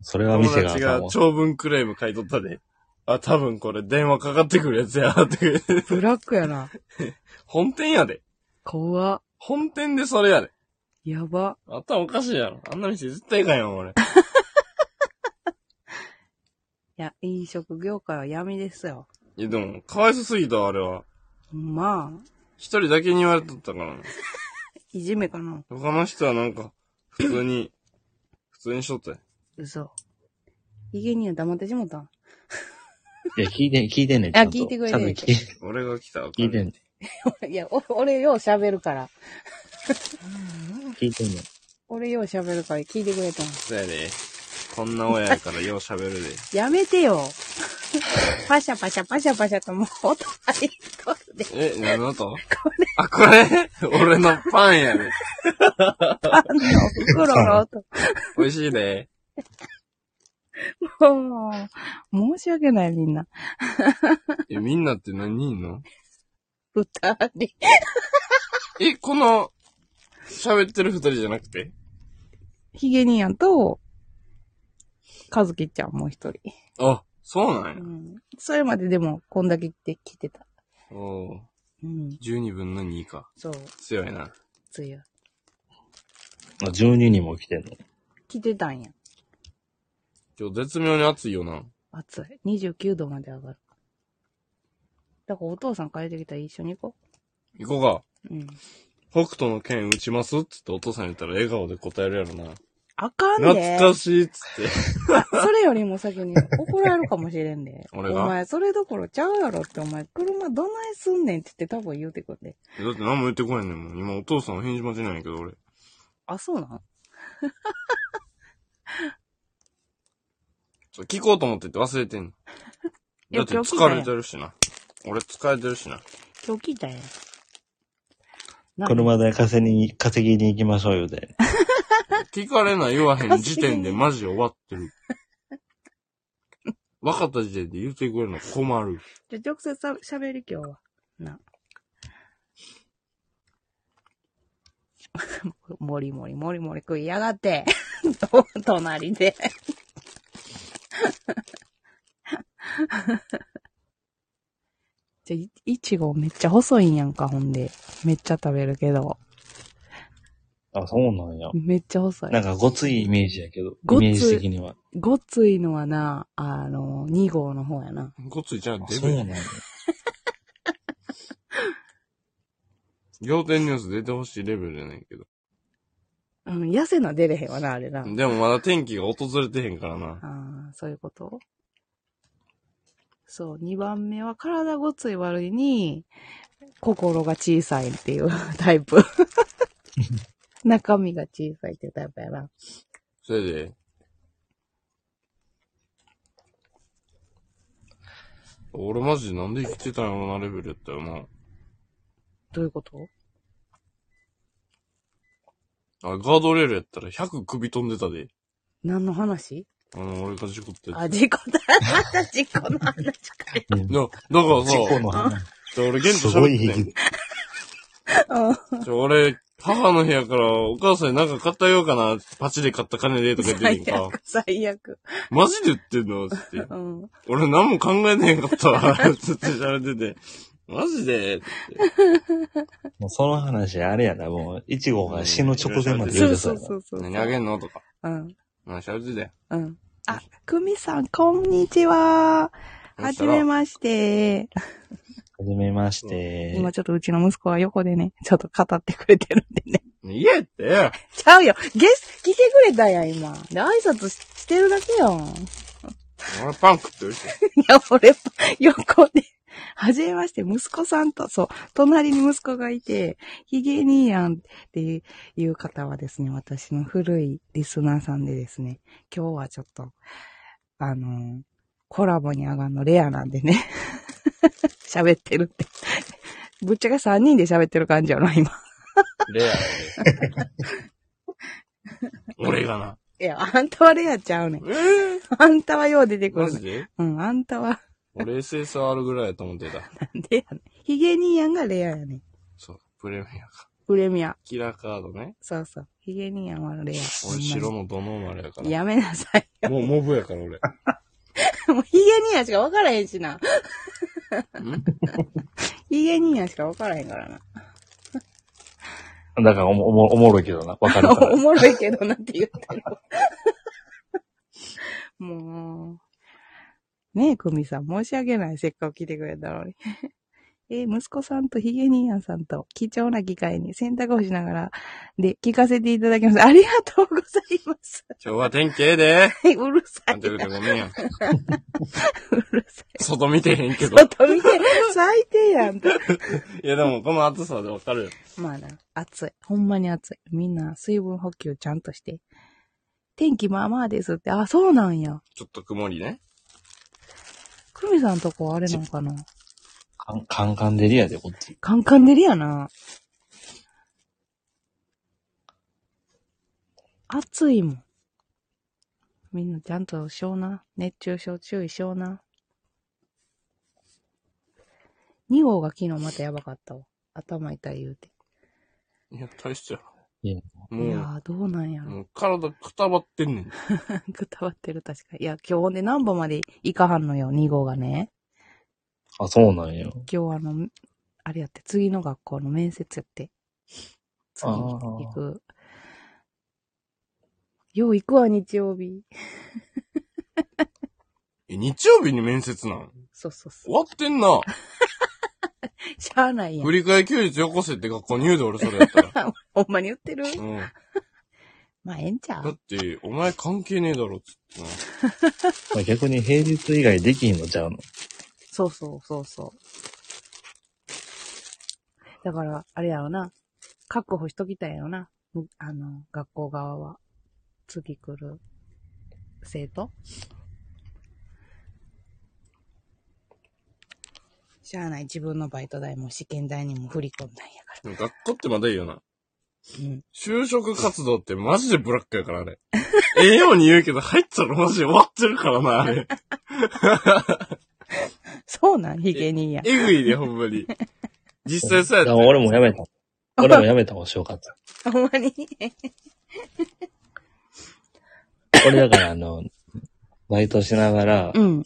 [SPEAKER 2] それは店があかん
[SPEAKER 3] 友達
[SPEAKER 2] わ
[SPEAKER 3] が長文クレーム買い取ったで。あ、多分これ電話かかってくるやつや、って。
[SPEAKER 1] ブラックやな。
[SPEAKER 3] 本店やで。
[SPEAKER 1] 怖っ
[SPEAKER 3] 本店でそれやで。
[SPEAKER 1] やば。
[SPEAKER 3] 頭おかしいやろ。あんな店絶対いかんよ、俺。
[SPEAKER 1] いや、飲食業界は闇ですよ。
[SPEAKER 3] いや、でも、かわいそすぎたわ、あれは。
[SPEAKER 1] まあ、
[SPEAKER 3] 一人だけに言われとったからね。
[SPEAKER 1] いじめかな。
[SPEAKER 3] 他の人はなんか、普通に、 普通にしとったよ。
[SPEAKER 1] 嘘。いげには黙ってしもたん。
[SPEAKER 2] いや、聞いて、聞いてんねん。
[SPEAKER 1] あ
[SPEAKER 2] ちゃんと
[SPEAKER 1] 聞いてくれ
[SPEAKER 2] ちゃ
[SPEAKER 1] て
[SPEAKER 2] ん
[SPEAKER 1] る
[SPEAKER 2] と聞い
[SPEAKER 3] 俺が来たらあかん
[SPEAKER 2] 聞いてんね
[SPEAKER 1] いや、お俺よう喋るから。
[SPEAKER 2] ん。聞いてんねん。
[SPEAKER 1] 俺よう喋るから聞いてくれたん。
[SPEAKER 3] そうやで。こんな親やからよう喋るで。
[SPEAKER 1] やめて よ。パシャパシャパシャパシャともう音入っとるで。
[SPEAKER 3] え、何の音あ、これ俺のパンやで。
[SPEAKER 1] パンの袋の音。
[SPEAKER 3] 美味しいで。
[SPEAKER 1] もう、 申し訳ないみんな。
[SPEAKER 3] え、みんなって何人いんの
[SPEAKER 1] 二人。
[SPEAKER 3] え、この、喋ってる二人じゃなくて
[SPEAKER 1] ヒゲニアンと、カズキちゃんもう一人。
[SPEAKER 3] あ、そうな
[SPEAKER 1] うんん。それまででも、こんだけ来て、来てた。
[SPEAKER 3] や。おう
[SPEAKER 1] うん。
[SPEAKER 3] 12分の2か。
[SPEAKER 1] そう、
[SPEAKER 3] 強いな。
[SPEAKER 1] 強い。
[SPEAKER 2] あ、12人も来てんの。
[SPEAKER 1] 来てたんや。
[SPEAKER 3] 今日絶妙に暑いよな。
[SPEAKER 1] 暑い。29度まで上がる。だからお父さん帰ってきたら一緒に行こ
[SPEAKER 3] 行こうか。
[SPEAKER 1] う。うん。
[SPEAKER 3] 北斗の剣打ちますっつってお父さん言ったら笑顔で答えるやろな。
[SPEAKER 1] あかんで。
[SPEAKER 3] 懐かしいっつって。。
[SPEAKER 1] それよりも先に 怒られるかもしれんで
[SPEAKER 3] 俺が
[SPEAKER 1] お前、それどころちゃうやろって、お前、車どないすんねんって言って多分言うてくんで。
[SPEAKER 3] だって何 も言ってこへんねんもん。今お父さんは返事待ちなんやけど俺。
[SPEAKER 1] あ、そうなん
[SPEAKER 3] そう聞こうと思ってて忘れてん の。
[SPEAKER 1] い
[SPEAKER 3] だ
[SPEAKER 1] や
[SPEAKER 3] って
[SPEAKER 1] 今日聞いた
[SPEAKER 3] 疲
[SPEAKER 1] やん
[SPEAKER 3] れてるしな。俺疲れてるしな。
[SPEAKER 1] 今日聞いたやん。な
[SPEAKER 2] 車で稼ぎに、稼ぎに行きましょうよで。
[SPEAKER 3] 聞かれない言わへん時 点でマジ終わってる。分かった時点で言ってくれるの困る。
[SPEAKER 1] じゃ、直接さ喋り今日は。な。 もりもりもりもり食いやがって。 と隣で。 じゃ、いいちごめっちゃ細いんやんか、ほんで。めっちゃ食べるけど。
[SPEAKER 2] あ、そうなんや。
[SPEAKER 1] めっちゃ細い
[SPEAKER 2] な。んかごついイメージやけど、イ
[SPEAKER 1] ごつい
[SPEAKER 2] メージ的には。
[SPEAKER 1] ごっついのはな、あの、2号の方やな。
[SPEAKER 3] ごっついちゃう
[SPEAKER 2] あ
[SPEAKER 3] デ
[SPEAKER 2] そうな
[SPEAKER 3] ブ。
[SPEAKER 2] んや。
[SPEAKER 3] 仰天ニュース出てほしいレベルじゃないけど。
[SPEAKER 1] うん、痩せな出れへんわな、あれな。
[SPEAKER 3] でもまだ天気が訪れてへんからな。
[SPEAKER 1] ああ、そういうことそう、2番目は体ごつい悪いに、心が小さいっていう タイ プ。中身が小さいっていうタイプやな。
[SPEAKER 3] それで、俺マジでなんで生きてたんやろなレベルやったよな。
[SPEAKER 1] どういうこと
[SPEAKER 3] あ、ガードレールやったら100首飛んでたで。
[SPEAKER 1] 何の話
[SPEAKER 3] あの、俺が事故って。
[SPEAKER 1] あ、事故だ。また事故の話かよ。
[SPEAKER 2] うん
[SPEAKER 3] だ、だからさ
[SPEAKER 2] 事、故の話。
[SPEAKER 3] じゃあ俺現
[SPEAKER 2] す
[SPEAKER 3] 地
[SPEAKER 2] ご
[SPEAKER 3] 喋
[SPEAKER 2] い
[SPEAKER 3] って
[SPEAKER 2] 引
[SPEAKER 3] ね
[SPEAKER 2] き。
[SPEAKER 3] じゃあ俺、母の部屋からお母さんになんか買ってあげようかな。パチで買った金でとか言って
[SPEAKER 1] 最
[SPEAKER 3] るやんか。
[SPEAKER 1] 悪、最悪。
[SPEAKER 3] マジで言ってんのつって。
[SPEAKER 1] うん。
[SPEAKER 3] 俺何も考えてへんかっ たわ。つって喋ってて。マジで
[SPEAKER 2] もうその話、あれやな、もう、いちごが死ぬ直前まで
[SPEAKER 1] そ
[SPEAKER 2] 言
[SPEAKER 1] う
[SPEAKER 2] うてた
[SPEAKER 1] そ
[SPEAKER 2] や
[SPEAKER 1] う
[SPEAKER 2] な
[SPEAKER 1] そうそう。
[SPEAKER 3] 何あげんのとか。
[SPEAKER 1] うん。
[SPEAKER 3] 何喋ってたよ。
[SPEAKER 1] うん。あ、久美さん、こんにちは。はじめまして。
[SPEAKER 2] はじめまして。
[SPEAKER 1] 今ちょっとうちの息子は横でね、ちょっと語ってくれてるんでね。
[SPEAKER 3] 家って、
[SPEAKER 1] ちゃうよゲス、来てくれたやん、今。で、挨拶ししてるだけやん。い
[SPEAKER 3] 俺パン食ってるし。
[SPEAKER 1] や、俺、横で。はじめまして、息子さんと、そう、隣に息子がいて、ヒゲ兄やんっていう方はですね、私の古いリスナーさんでですね、今日はちょっと、あのーコラボに上がるのレアなんでね、 喋ってるって。ぶっちゃけ3人で喋ってる感じやな、今。
[SPEAKER 3] レア。俺がな。
[SPEAKER 1] いや、あんたはレアちゃうねん。
[SPEAKER 3] えぇ、
[SPEAKER 1] あんたはよう出てく
[SPEAKER 3] マ
[SPEAKER 1] る
[SPEAKER 3] ジ
[SPEAKER 1] ね。
[SPEAKER 3] で
[SPEAKER 1] うん、あんたは、
[SPEAKER 3] 俺 SSR ぐらいやと思ってた。
[SPEAKER 1] なんでやねん。ヒゲ兄やんがレアやねん。
[SPEAKER 3] そう、プレミアか。
[SPEAKER 1] プレミア。
[SPEAKER 3] キラーカードね。
[SPEAKER 1] そうそう。ヒゲ兄やんはレア。
[SPEAKER 3] 俺
[SPEAKER 1] ほん
[SPEAKER 3] 白
[SPEAKER 1] ま
[SPEAKER 3] のドノーマルやか
[SPEAKER 1] に
[SPEAKER 3] ら。
[SPEAKER 1] やめなさい。
[SPEAKER 3] もうモブやから俺。
[SPEAKER 1] もうヒゲニアしか分からへんしな。
[SPEAKER 3] ん
[SPEAKER 1] ヒゲニアしか分からへんからな。
[SPEAKER 2] だからおも、おも、おもろいけどな。わかる か
[SPEAKER 1] お
[SPEAKER 2] ら。
[SPEAKER 1] もろいけどなって言った の。もう。ねえ、久美さん、申し訳ない。せっかく来てくれたのに。 えー、息子さんとヒゲニーヤンさんと貴重な機会に洗濯をしながらで聞かせていただきました。ありがとうございます。
[SPEAKER 3] 今日は天気ええで。
[SPEAKER 1] はいうるさ
[SPEAKER 3] あ
[SPEAKER 1] い
[SPEAKER 3] んた
[SPEAKER 1] な。
[SPEAKER 3] 言うてごめんやん。
[SPEAKER 1] うるさい。
[SPEAKER 3] 外見てへんけど。
[SPEAKER 1] 外見て、最低やんと。
[SPEAKER 3] いやでもこの暑さでわかるよ。
[SPEAKER 1] まあな、暑い。ほんまに暑い。みんな水分補給ちゃんとして。天気まあまあですって。あ、そうなんや。
[SPEAKER 3] ちょっと曇りね。
[SPEAKER 1] 久美さんとこあれなんかな
[SPEAKER 2] カンカンカンデリアでこっち。
[SPEAKER 1] カンカン照りやな。暑いもん。みんなちゃんとしような。熱中症注意しような。2号が昨日またやばかったわ。頭痛い言うて。
[SPEAKER 3] いや、大しちゃ
[SPEAKER 2] いや
[SPEAKER 3] う。
[SPEAKER 1] い
[SPEAKER 3] も
[SPEAKER 1] やー、どうなんや
[SPEAKER 3] う、
[SPEAKER 1] ろ。
[SPEAKER 3] もう体くたばってんねん。
[SPEAKER 1] くたばってる、確か。いや、今日ほんで何番まで行かはんのよ、2号がね。
[SPEAKER 2] あ、そうなんよ。
[SPEAKER 1] 今日あの、あれやって、次の学校の面接やって。次行く。よう行くわ、日曜日。
[SPEAKER 3] え、日曜日に面接なん
[SPEAKER 1] そうそうそ
[SPEAKER 3] 終わってんな。
[SPEAKER 1] う。しゃあないやん
[SPEAKER 3] 振。り替え休日よこせって学校に言うで俺それやったら。
[SPEAKER 1] ほんまに言ってる
[SPEAKER 3] うん。
[SPEAKER 1] まあ、ええんちゃ
[SPEAKER 3] だ
[SPEAKER 1] う
[SPEAKER 3] って、お前関係ねえだろ、つってな。
[SPEAKER 2] まあ逆に平日以外できひんのちゃうの。
[SPEAKER 1] そうそうそうそう。だから、あれやろな。確保しときたいよな。むあの、学校側は。次来る生徒しゃあない。自分のバイト代も試験代にも振り込んだんやか
[SPEAKER 3] でも学校ってまだいいよな。
[SPEAKER 1] ら。うん。
[SPEAKER 3] 就職活動ってマジでブラックやから、あれ。ええように言うけど、入ったらマジで終わってるからな、あれ。
[SPEAKER 1] そうなんヒゲにや。
[SPEAKER 3] えぐいで、ほんまに。実際そうや
[SPEAKER 2] だ
[SPEAKER 3] っ
[SPEAKER 2] から
[SPEAKER 3] た。
[SPEAKER 2] 俺もやめた。俺もやめた方がしよかった。
[SPEAKER 1] ほんまに
[SPEAKER 2] 俺だからあの、 バイトしながら、
[SPEAKER 1] うん。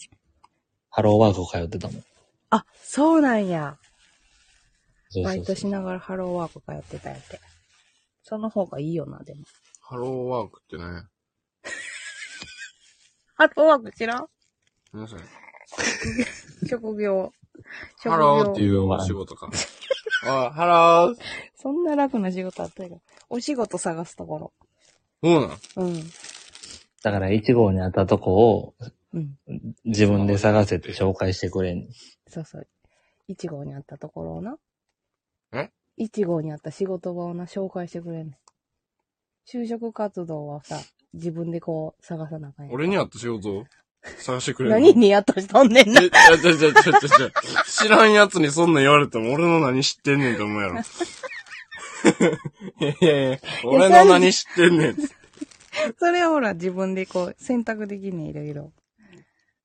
[SPEAKER 2] ハローワークを通ってたもん。
[SPEAKER 1] あ、そうなんや。
[SPEAKER 2] そうそうそう
[SPEAKER 1] バイトしながらハローワーク通ってたんやって。その方がいいよな、でも。
[SPEAKER 3] ハローワークってね。
[SPEAKER 1] ハローワーク知らん
[SPEAKER 3] 皆さん。
[SPEAKER 1] 職業。職業。
[SPEAKER 3] ハローっていうお仕事か。あ、ハロー。
[SPEAKER 1] そんな楽な仕事あったよ。お仕事探すところ。
[SPEAKER 3] そうなん。
[SPEAKER 1] うん。
[SPEAKER 2] だから1号にあったとこを
[SPEAKER 1] うん。
[SPEAKER 2] 自分で探せて紹介してくれん。
[SPEAKER 1] そうそう。1号にあったところをな。
[SPEAKER 3] え
[SPEAKER 1] ?1 号にあった仕事場をな、紹介してくれんねん。就職活動はさ、自分でこう、探さなあかんやん。
[SPEAKER 3] 俺にあった仕事を探してくれる
[SPEAKER 1] 何にやっとしとんねん
[SPEAKER 3] え、
[SPEAKER 1] な。
[SPEAKER 3] ちょちょちょちょちょちょ。知らんやつにそんなん言われても俺の何知ってんねんと思うやろ。いやいや俺の何知ってんねん。
[SPEAKER 1] それはほら、自分でこう、選択できんねん、いろいろ。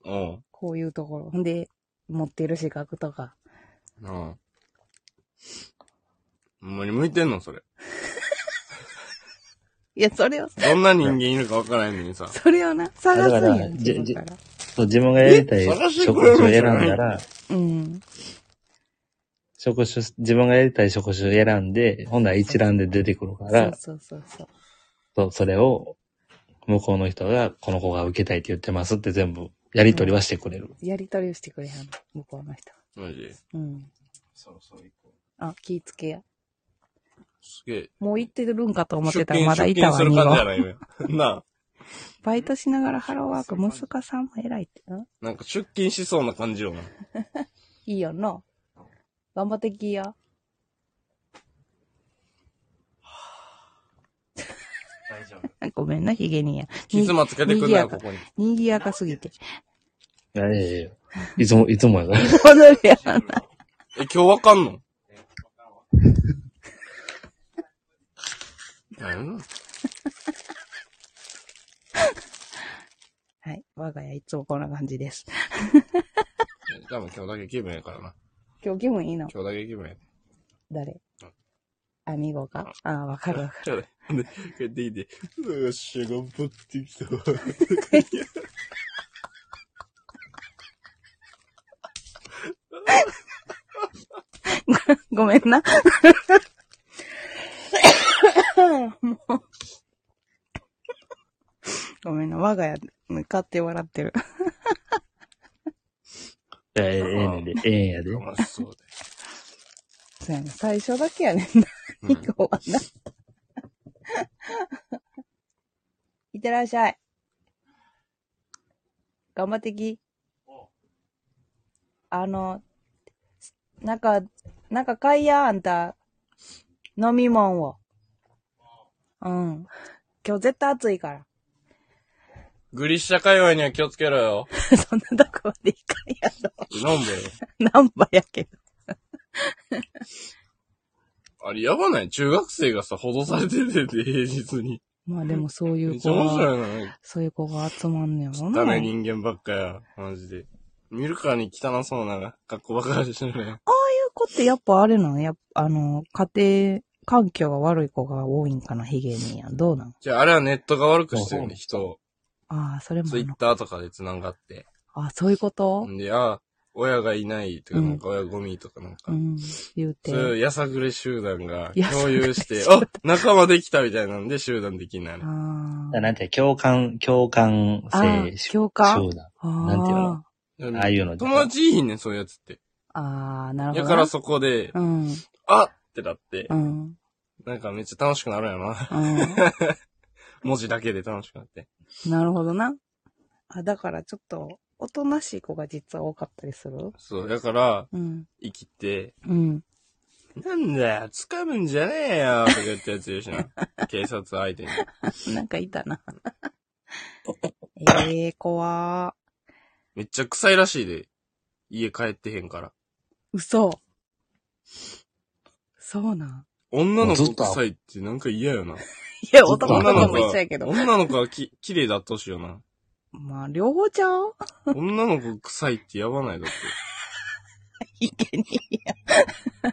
[SPEAKER 3] うん。
[SPEAKER 1] こういうところ。ほんで、持ってる資格とか。
[SPEAKER 3] うん。ほんまに向いてんのそれ。
[SPEAKER 1] いや、それを、
[SPEAKER 3] どんな人間いるかわからへんのにさ。
[SPEAKER 1] それをな、探すん
[SPEAKER 2] だか
[SPEAKER 1] や
[SPEAKER 2] ら
[SPEAKER 1] ん、
[SPEAKER 2] じ
[SPEAKER 1] 自
[SPEAKER 2] じ
[SPEAKER 1] 分から。
[SPEAKER 2] そう自分がやりたい
[SPEAKER 3] え探して
[SPEAKER 2] 職
[SPEAKER 3] くれる
[SPEAKER 2] 種を
[SPEAKER 3] んじ
[SPEAKER 2] 選
[SPEAKER 3] ゃない
[SPEAKER 2] んだら、
[SPEAKER 1] うん。
[SPEAKER 2] 職種、自分がやりたい職種を選んで、ほんなら一覧で出てくるか
[SPEAKER 1] そう
[SPEAKER 2] ら、
[SPEAKER 1] そうそうそう。
[SPEAKER 2] そうそれを向こうの人が、この子が受けたいって言ってますって全部やり取りはしてくれる。
[SPEAKER 1] やりとりをしてくれはんの、向こうの人は。
[SPEAKER 3] マジ
[SPEAKER 1] うん。
[SPEAKER 3] そろそろ行こう。
[SPEAKER 1] あ、気ぃつけや。
[SPEAKER 3] すげえ。
[SPEAKER 1] もう行ってるんかと思ってたら
[SPEAKER 3] 出勤
[SPEAKER 1] まだいたわ、
[SPEAKER 3] 出勤する感じや
[SPEAKER 1] 2号。
[SPEAKER 3] な、今。なあ。
[SPEAKER 1] バイトしながらハローワーク、息子さんも偉いって。うん
[SPEAKER 3] なんか出勤しそうな感じよな。
[SPEAKER 1] いいよな。頑張ってきや。
[SPEAKER 3] 大丈夫。
[SPEAKER 1] ごめんな、ヒゲにや。
[SPEAKER 3] 傷つまつけてくんなよ、
[SPEAKER 1] に
[SPEAKER 3] ここに。
[SPEAKER 1] にぎやかす ぎて。
[SPEAKER 2] いやいやいや。いつも、いつもやから。
[SPEAKER 1] 戻るやん。
[SPEAKER 3] え、今日わかんの何
[SPEAKER 1] はい。我が家いつもこんな感じです。
[SPEAKER 3] 多分今日だけ気分やからな。
[SPEAKER 1] 今日気分いいの
[SPEAKER 3] 今日だけ気分や。
[SPEAKER 1] 誰アミゴかああ、わかるわかる。
[SPEAKER 3] ちょっとで帰ってきて、うわよっしゃ、頑張ってきたわ。
[SPEAKER 1] ごめんな。もう。ごめんな。我が家、向かって笑ってる。
[SPEAKER 2] いやええええねんで、ええんやで。
[SPEAKER 3] まあそう
[SPEAKER 1] そうやね。最初だけやねん
[SPEAKER 3] だ
[SPEAKER 1] 以
[SPEAKER 3] よ。
[SPEAKER 1] 降はな。いってらっしゃい。頑張ってき。あの、なんか、なんか買いや、あんた。飲み物を。うん。今日絶対暑いから。
[SPEAKER 3] グリッシャ界隈には気をつけろよ。
[SPEAKER 1] そんなとこまでいかんやろ。
[SPEAKER 3] なんで
[SPEAKER 1] ナンバやけど。
[SPEAKER 3] あれやばない中学生がさ、補導されててて、平日に。
[SPEAKER 4] まあでもそうい
[SPEAKER 3] めっ
[SPEAKER 4] う
[SPEAKER 3] ち
[SPEAKER 4] 子
[SPEAKER 3] ゃ面
[SPEAKER 4] が、
[SPEAKER 3] 白いな。なんか
[SPEAKER 4] そういう子が集まんねやろな。
[SPEAKER 3] ダメ人間ばっかや。マジで。見るからに汚そうな格好ばっかりしてるね。
[SPEAKER 4] 子ってやっぱあれなんやっぱ、あの、家庭環境が悪い子が多いんかな、ヒゲにや。どうなん
[SPEAKER 3] じゃあ、あれはネットが悪くしてるね、
[SPEAKER 2] あ
[SPEAKER 3] 人を。
[SPEAKER 4] ああ、それもあ
[SPEAKER 3] ツイ
[SPEAKER 4] るの
[SPEAKER 3] ッターとかで繋がって。
[SPEAKER 4] あそういうこと
[SPEAKER 3] んで、ああ、親がいないとか、
[SPEAKER 4] うん
[SPEAKER 3] なんか親ゴミとかなんか。
[SPEAKER 4] うん、言うて。
[SPEAKER 3] そういうやさぐれ集団が
[SPEAKER 4] やさ
[SPEAKER 3] 共
[SPEAKER 4] ぐれ
[SPEAKER 3] 有して、
[SPEAKER 4] 集団
[SPEAKER 3] あ仲間できたみたいなんで集団できない。
[SPEAKER 4] あ
[SPEAKER 2] なんて、共感、共感
[SPEAKER 4] あ。あ
[SPEAKER 2] 性、
[SPEAKER 4] あ、共感
[SPEAKER 2] 集団。
[SPEAKER 4] ああ。
[SPEAKER 2] なんていうのああいうの
[SPEAKER 3] 友達いいねん、そういうやつって。
[SPEAKER 4] ああ、なるほど。
[SPEAKER 3] やからそこで、
[SPEAKER 4] うん、
[SPEAKER 3] あってなって
[SPEAKER 4] う、ん、
[SPEAKER 3] なんかめっちゃ楽しくなるんやろな。
[SPEAKER 4] う
[SPEAKER 3] 文字だけで楽しくなって。
[SPEAKER 4] ん。なるほどな。
[SPEAKER 1] あ、だからちょっと、おとなしい子が実は多かったりする
[SPEAKER 3] そう、だから、
[SPEAKER 4] うん、
[SPEAKER 3] 生きて、
[SPEAKER 4] うん。
[SPEAKER 3] なんだよ、掴むんじゃねえよ、とか言ったやついる しな。警察相手に。
[SPEAKER 1] なんかいた な。ええー、怖ー。
[SPEAKER 3] めっちゃ臭いらしいで、家帰ってへんから。
[SPEAKER 1] 嘘。そうなん。
[SPEAKER 3] 女の
[SPEAKER 2] もうず
[SPEAKER 3] 子
[SPEAKER 2] っと
[SPEAKER 3] 臭いってなんか嫌よな。
[SPEAKER 1] いや、
[SPEAKER 2] そっか
[SPEAKER 1] 男の子も一緒やけど。
[SPEAKER 3] 女の子はき、綺麗だってほしいよな。
[SPEAKER 1] まあ、両方ちゃう
[SPEAKER 3] 女の子臭いってやばないだって。
[SPEAKER 1] いけにや。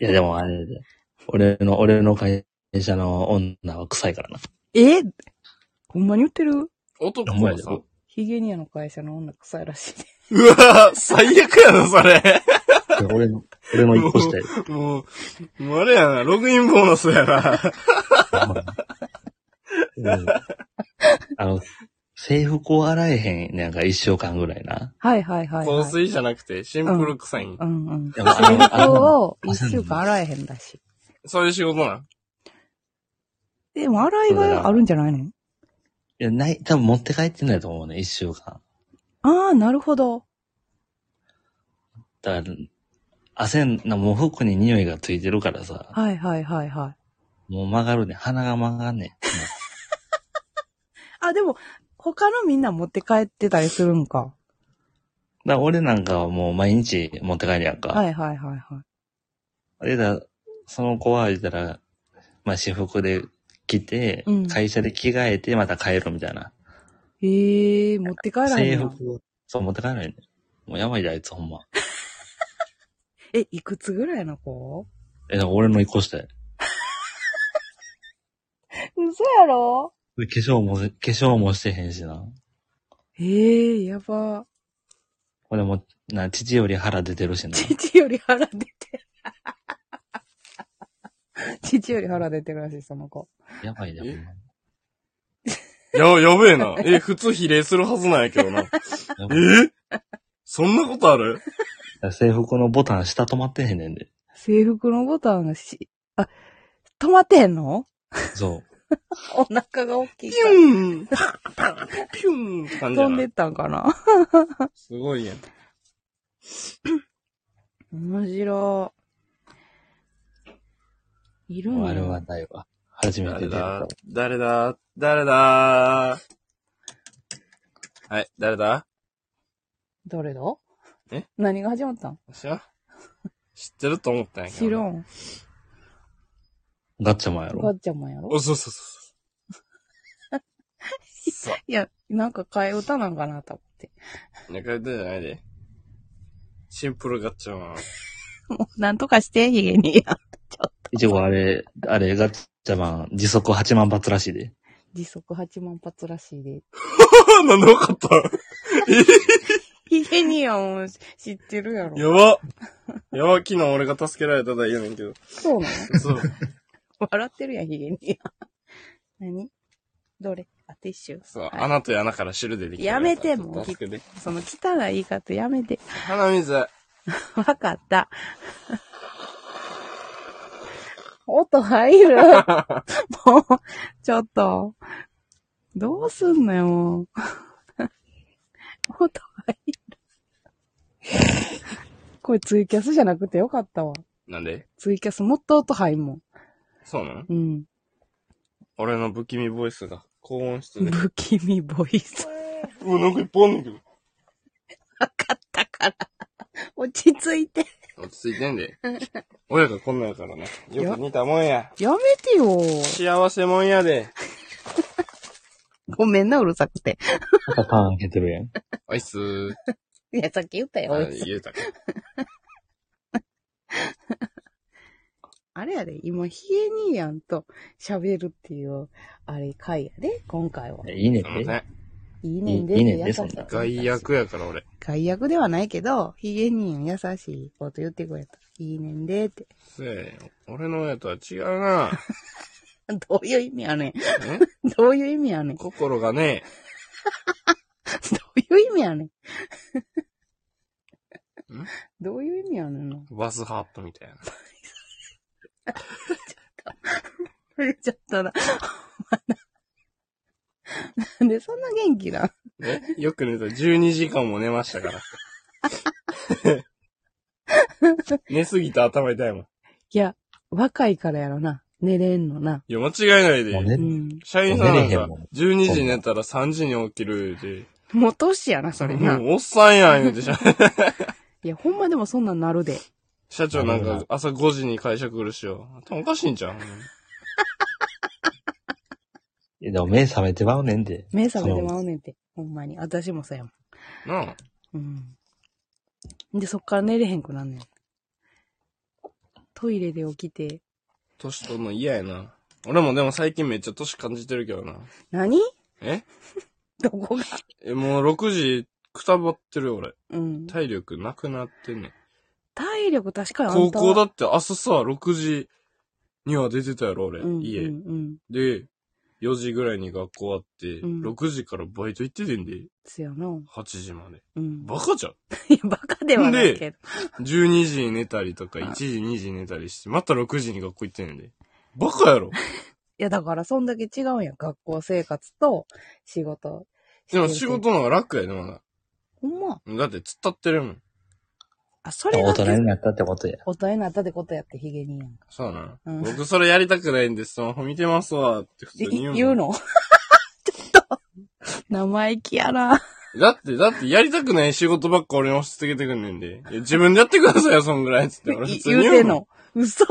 [SPEAKER 2] いや、でもあれで。俺の、俺の会社の女は臭いからな。
[SPEAKER 1] えほんまに言ってる
[SPEAKER 3] 男はさ。
[SPEAKER 1] ヒゲニアの会社の女臭いらしいね。
[SPEAKER 3] うわぁ、最悪やな、それ。
[SPEAKER 2] いや俺の、俺の一個下や。
[SPEAKER 3] もう、もうあれやな、ログインボーナスやな。
[SPEAKER 2] ほんまに うんあの、制服を洗えへん、なんか一週間ぐらいな。
[SPEAKER 4] はいはいはい、
[SPEAKER 3] 香
[SPEAKER 4] はい。
[SPEAKER 3] 水じゃなくて、シンプル臭いん。
[SPEAKER 4] うんうん。
[SPEAKER 2] いやもうあのあ
[SPEAKER 4] 服
[SPEAKER 2] の
[SPEAKER 4] を一週間洗えへんだし。
[SPEAKER 3] そういう仕事なん。
[SPEAKER 4] でも洗いがあるんじゃないの
[SPEAKER 2] いや、ない、多分持って帰ってないと思うね、一週間。
[SPEAKER 4] ああ、なるほど。
[SPEAKER 2] だから、汗んな、もう服に匂いがついてるからさ、
[SPEAKER 4] はいはいはいはい。
[SPEAKER 2] もう曲がるね、鼻が曲がんねん。も
[SPEAKER 4] あ、でも、他のみんな持って帰ってたりするんか。
[SPEAKER 2] うだから俺なんかはもう毎日持って帰るやんか。
[SPEAKER 4] はいはいはいはい。
[SPEAKER 2] で、だその子は、言ったら、まあ、私服で着て、
[SPEAKER 4] うん
[SPEAKER 2] 会社で着替えて、また帰るみたいな。
[SPEAKER 4] ええ持って帰らへ
[SPEAKER 2] 制
[SPEAKER 4] んの
[SPEAKER 2] 服をそう、持って帰らないね。もうやばいで、あいつ、ほんま。
[SPEAKER 4] え、いくつぐらいの子
[SPEAKER 2] え、だから俺の一個下や。
[SPEAKER 1] 嘘やろ
[SPEAKER 2] で化粧も、化粧もしてへんしな。
[SPEAKER 4] ええやば。
[SPEAKER 2] 俺も、な、父より腹出てるしな。
[SPEAKER 4] 父より腹出てる。 父より腹出てるらしい、その子。
[SPEAKER 2] やばいで、ほん
[SPEAKER 3] や、やべえな。え、普通比例するはずなんやけどな。
[SPEAKER 2] ま。や
[SPEAKER 3] えそんなことある
[SPEAKER 2] ばい制服のボタン下止まってへんねんで。
[SPEAKER 4] 制服のボタンがし、あ、止まってへんの
[SPEAKER 2] そう。
[SPEAKER 1] お腹が大きい
[SPEAKER 3] ピ
[SPEAKER 1] から。
[SPEAKER 3] ュンピュンって感じ
[SPEAKER 4] 飛
[SPEAKER 3] や
[SPEAKER 4] んで
[SPEAKER 3] な
[SPEAKER 4] っ。たんかな
[SPEAKER 3] すごいやん。
[SPEAKER 4] 面白い。いるん
[SPEAKER 2] もうあ
[SPEAKER 4] だ
[SPEAKER 2] れは
[SPEAKER 4] よ。
[SPEAKER 2] ないわ。初めて
[SPEAKER 3] 誰
[SPEAKER 2] 出た
[SPEAKER 3] だ。誰だ誰だはい、誰だ
[SPEAKER 4] どれだ
[SPEAKER 3] え
[SPEAKER 4] 何が始まったん
[SPEAKER 3] 知らん知ってると思ったんやけど。
[SPEAKER 4] 知らん。
[SPEAKER 2] ガッチャマンや
[SPEAKER 4] ガ
[SPEAKER 2] ろ。
[SPEAKER 4] ッチャマンやろ
[SPEAKER 3] お、そうそうそうそう。そ
[SPEAKER 4] いや、なんか替え歌なんかなと思っ て。
[SPEAKER 3] う。仲良くじゃないで。シンプルガッチャマン。
[SPEAKER 4] もう、なんとかして、ヒゲに。
[SPEAKER 2] 一応あれ、あれ、ガッチャマン、時速8万発らしいで。
[SPEAKER 4] 時速8万発らしいで。
[SPEAKER 3] なんでわかった
[SPEAKER 4] ヒゲ
[SPEAKER 1] ケニアも知ってるやろ。
[SPEAKER 3] やばやば昨日俺が助けられただけやねんけど。
[SPEAKER 1] そうなの
[SPEAKER 3] そう。
[SPEAKER 1] 笑ってるやん、 ヒゲニア。何どれあ、ティッシュ。
[SPEAKER 3] そう、
[SPEAKER 1] はい
[SPEAKER 3] 穴という穴から汁出てきたから。
[SPEAKER 1] やめてもう
[SPEAKER 3] 助けて。
[SPEAKER 1] その汚い言い方やめて。
[SPEAKER 3] 鼻水。
[SPEAKER 1] わかった。音入るもう、ちょっと。どうすんのよ、もう。音入る。これツイキャスじゃなくてよかったわ。
[SPEAKER 3] なんで
[SPEAKER 1] ツイキャスもっと音入んもん。
[SPEAKER 3] そうなの
[SPEAKER 1] うん。
[SPEAKER 3] 俺の不気味ボイスが高音質で。
[SPEAKER 1] 不気味ボイス。
[SPEAKER 3] うわ、なんかいっぱいあんねんけど。
[SPEAKER 1] わかったから。落ち着いて。
[SPEAKER 3] 落ち着いてんで。親がこんなんやからな。よく似たもんや。
[SPEAKER 1] やめてよ。
[SPEAKER 3] 幸せもんやで。
[SPEAKER 1] ごめんな、うるさくて。
[SPEAKER 2] またパン開けてるやん。
[SPEAKER 3] おいっすー。
[SPEAKER 1] いや、さっき言ったよ。
[SPEAKER 3] あ言うたか。
[SPEAKER 1] あれやで、今、ヒエニーやんと喋るっていう、あれ、回やで、今回は。
[SPEAKER 2] いいねっ
[SPEAKER 3] すいま
[SPEAKER 2] て。
[SPEAKER 3] せん。
[SPEAKER 1] いいねんで、
[SPEAKER 2] いいねんで
[SPEAKER 1] 優し
[SPEAKER 2] そん
[SPEAKER 1] い
[SPEAKER 2] な
[SPEAKER 3] 外。役やから俺。
[SPEAKER 1] 外役ではないけど、ヒゲニー優しいこと言ってくれた。いいねんでって。
[SPEAKER 3] せえ、俺の親とは違うな。
[SPEAKER 1] どういう意味やねん。
[SPEAKER 3] え
[SPEAKER 1] どういう意味やねん。ど
[SPEAKER 3] 心がね、
[SPEAKER 1] ういう意味やねん。どういう意味やねんの。
[SPEAKER 3] バスハートみたいな。
[SPEAKER 1] それちょっとな。 なんでそんな元気な
[SPEAKER 3] え よく寝た。12時間も寝ましたから。 寝すぎて頭痛いもん。
[SPEAKER 1] いや、若いからやろな。寝れんのな。
[SPEAKER 3] いや、間違いない
[SPEAKER 2] もう
[SPEAKER 3] で。
[SPEAKER 1] う
[SPEAKER 2] ね、
[SPEAKER 1] ん。
[SPEAKER 3] 社員さんなん
[SPEAKER 2] 寝れへ
[SPEAKER 3] か
[SPEAKER 2] んもん、
[SPEAKER 3] 12時に寝たら3時に起きるで。
[SPEAKER 1] もう年やな、それな。
[SPEAKER 3] もうおっさんやん、言う て社
[SPEAKER 1] いや、ほんまでもそんなんなるで。
[SPEAKER 3] 社長なんか朝5時に会社来るしよ。頭おかしいんじゃん。
[SPEAKER 2] えでも目覚めてまうねんで。
[SPEAKER 1] 目覚めてまうねんて。ほんまに。私もそうやも
[SPEAKER 3] なあ。
[SPEAKER 1] ん。うん。で、そっから寝れへんくなんねん。トイレで起きて。
[SPEAKER 3] 年取るの嫌やな。俺もでも最近めっちゃ年感じてるけどな。
[SPEAKER 1] 何
[SPEAKER 3] え
[SPEAKER 1] どこが
[SPEAKER 3] え、もう6時くたばってるよ、俺。
[SPEAKER 1] うん。
[SPEAKER 3] 体力なくなってんねん。
[SPEAKER 1] 体力確かにあ
[SPEAKER 3] 高
[SPEAKER 1] んた
[SPEAKER 3] 校だって朝さ、6時には出てたやろ、俺。
[SPEAKER 1] うん、
[SPEAKER 3] 家、
[SPEAKER 1] うん、うん。
[SPEAKER 3] で、4時ぐらいに学校あって、
[SPEAKER 1] うん
[SPEAKER 3] 6時からバイト行っててんで、
[SPEAKER 1] そやな。う
[SPEAKER 3] 8時まで。
[SPEAKER 1] ん。
[SPEAKER 3] バカじゃん。
[SPEAKER 1] いや、 バカではないけど。
[SPEAKER 3] 12時に寝たりとか、1時、2時に寝たりして、また6時に学校行ってんねんで。バカやろ。
[SPEAKER 1] いや、だからそんだけ違うんやん。学校生活と仕事。
[SPEAKER 3] でも仕事の方が楽やで、まだ。
[SPEAKER 1] ほんま。
[SPEAKER 3] だって突っ立ってるもん。
[SPEAKER 1] あ、それ
[SPEAKER 2] 大
[SPEAKER 1] が
[SPEAKER 2] 人になったってことや。
[SPEAKER 1] 大人になったってことやって、ヒゲにやん。
[SPEAKER 3] そうな、
[SPEAKER 1] うん
[SPEAKER 3] 僕それやりたくないんで、スマホ見てますわ、って普通
[SPEAKER 1] で
[SPEAKER 3] に言うもん
[SPEAKER 1] 言うの ちょっと、生意気やな。
[SPEAKER 3] だって、だって、やりたくない仕事ばっか俺に押し付けてくんねんで。いや自分でやってくださいよ、そんぐらい。つって俺普
[SPEAKER 1] い
[SPEAKER 3] 通
[SPEAKER 1] 言
[SPEAKER 3] に
[SPEAKER 1] う
[SPEAKER 3] 言
[SPEAKER 1] て
[SPEAKER 3] う
[SPEAKER 1] ん
[SPEAKER 3] もん
[SPEAKER 1] の。嘘
[SPEAKER 3] い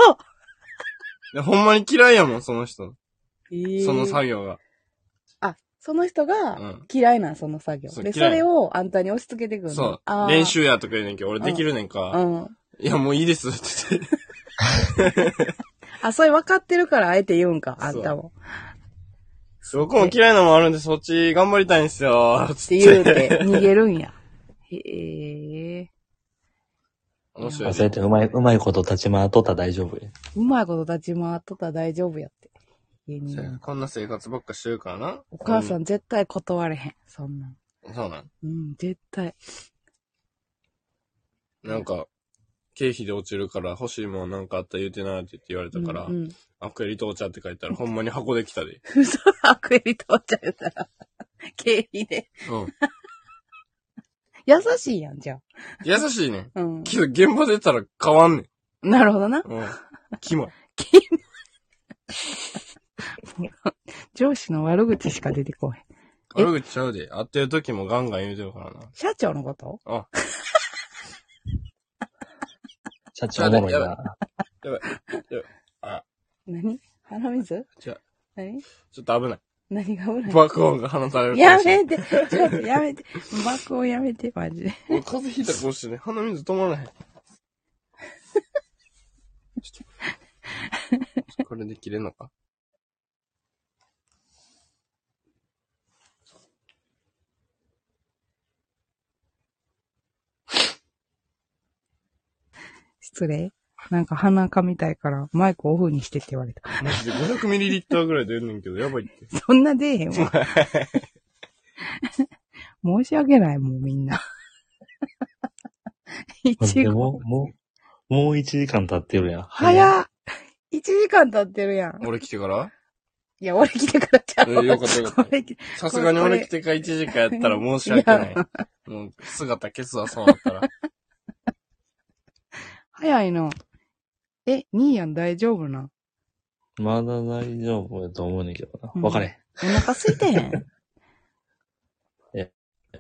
[SPEAKER 3] やほんまに嫌いやもん、その人。
[SPEAKER 1] えー
[SPEAKER 3] その作業が。
[SPEAKER 1] あ、その人
[SPEAKER 3] う
[SPEAKER 1] が
[SPEAKER 3] ん
[SPEAKER 1] 嫌いなん、その作業。
[SPEAKER 3] そう
[SPEAKER 1] で、そ
[SPEAKER 3] 嫌い
[SPEAKER 1] れをあんたに押し付けてくるの。
[SPEAKER 3] そう。
[SPEAKER 1] あー
[SPEAKER 3] 練。習やとか言うねんけど、俺できるねん
[SPEAKER 1] う
[SPEAKER 3] か。
[SPEAKER 1] ん。
[SPEAKER 3] いや、もういいです、って言って。
[SPEAKER 1] あ、それ分かってるから、あえて言うんか、
[SPEAKER 3] そう
[SPEAKER 1] あんたも。
[SPEAKER 3] 僕も嫌いなのもあるんで、そっち頑張りたいんすよ、つっ
[SPEAKER 1] って
[SPEAKER 3] て。
[SPEAKER 1] 言うて、逃げるんや。へえ。
[SPEAKER 3] 面白い
[SPEAKER 2] そうや
[SPEAKER 3] ね。
[SPEAKER 2] ってうまい、うまいこと立ち回っとったら大丈夫や。
[SPEAKER 1] うまいこと立ち回っとったら大丈夫やって。芸人
[SPEAKER 3] そうやこんな生活ばっかしてるからな。
[SPEAKER 1] お母さ
[SPEAKER 3] ん。
[SPEAKER 1] ん絶対断れへん、そんなん。
[SPEAKER 3] そうなん。
[SPEAKER 1] うん、絶対。
[SPEAKER 3] なんか、経費で落ちるから欲しいもんなんかあったら言うてなって言われたから
[SPEAKER 1] う、ん、うん。
[SPEAKER 3] アクエリ父ちゃんって書いたらほんまに箱できたで。
[SPEAKER 1] 嘘、アクエリ通っちゃうたら、 経費で。
[SPEAKER 3] うん。
[SPEAKER 1] 優しいやん、じゃ
[SPEAKER 3] 優しいねん。
[SPEAKER 1] あ。うん。
[SPEAKER 3] けど現場出たら変わんねん。
[SPEAKER 1] なるほど な。
[SPEAKER 3] うん。キモい。
[SPEAKER 1] 上司の悪口しか出てこへん。え
[SPEAKER 3] 悪口ちゃうで。会ってる時もガンガン言うてるからな。
[SPEAKER 1] 社長のこと
[SPEAKER 3] あ、
[SPEAKER 2] 社長おもろいな。
[SPEAKER 3] やばい。やばい。あ、
[SPEAKER 1] 何鼻水
[SPEAKER 3] じゃあ
[SPEAKER 1] 何
[SPEAKER 3] ちょっと危な
[SPEAKER 1] 何が危
[SPEAKER 3] い。
[SPEAKER 1] な
[SPEAKER 3] 爆音が放たれる
[SPEAKER 1] いやめ
[SPEAKER 3] れ
[SPEAKER 1] てちょっとやめて爆音やめて、マジで。
[SPEAKER 3] 俺風邪ひいたかもしれない。鼻水止まらへん。ちょっとこれで切れんのか
[SPEAKER 1] 失礼。なんか鼻かみたいからマイクオフにしてって言われた。
[SPEAKER 3] マジで 500ml ぐらい出るねんけど、やばいって。
[SPEAKER 1] そんな出えへんわ。申し訳ない、もうみん な。一
[SPEAKER 2] で
[SPEAKER 1] 応。
[SPEAKER 2] も、もう、もう1時間経ってるやん。っ
[SPEAKER 5] 早っ
[SPEAKER 1] 1時間経ってるやん。
[SPEAKER 3] 俺来てから
[SPEAKER 1] いや、俺来てからちゃうわ。
[SPEAKER 3] えよかったよかった
[SPEAKER 1] 俺来て
[SPEAKER 3] さすがに俺来てから1時間やったら申し訳ない
[SPEAKER 1] い。
[SPEAKER 3] もう姿消すわ、そうなったら。
[SPEAKER 1] 早いな。え、兄やん大丈夫な。
[SPEAKER 2] まだ大丈夫やと思うねんけどな。
[SPEAKER 1] うん
[SPEAKER 2] わかれへん。
[SPEAKER 1] お腹空いてへん。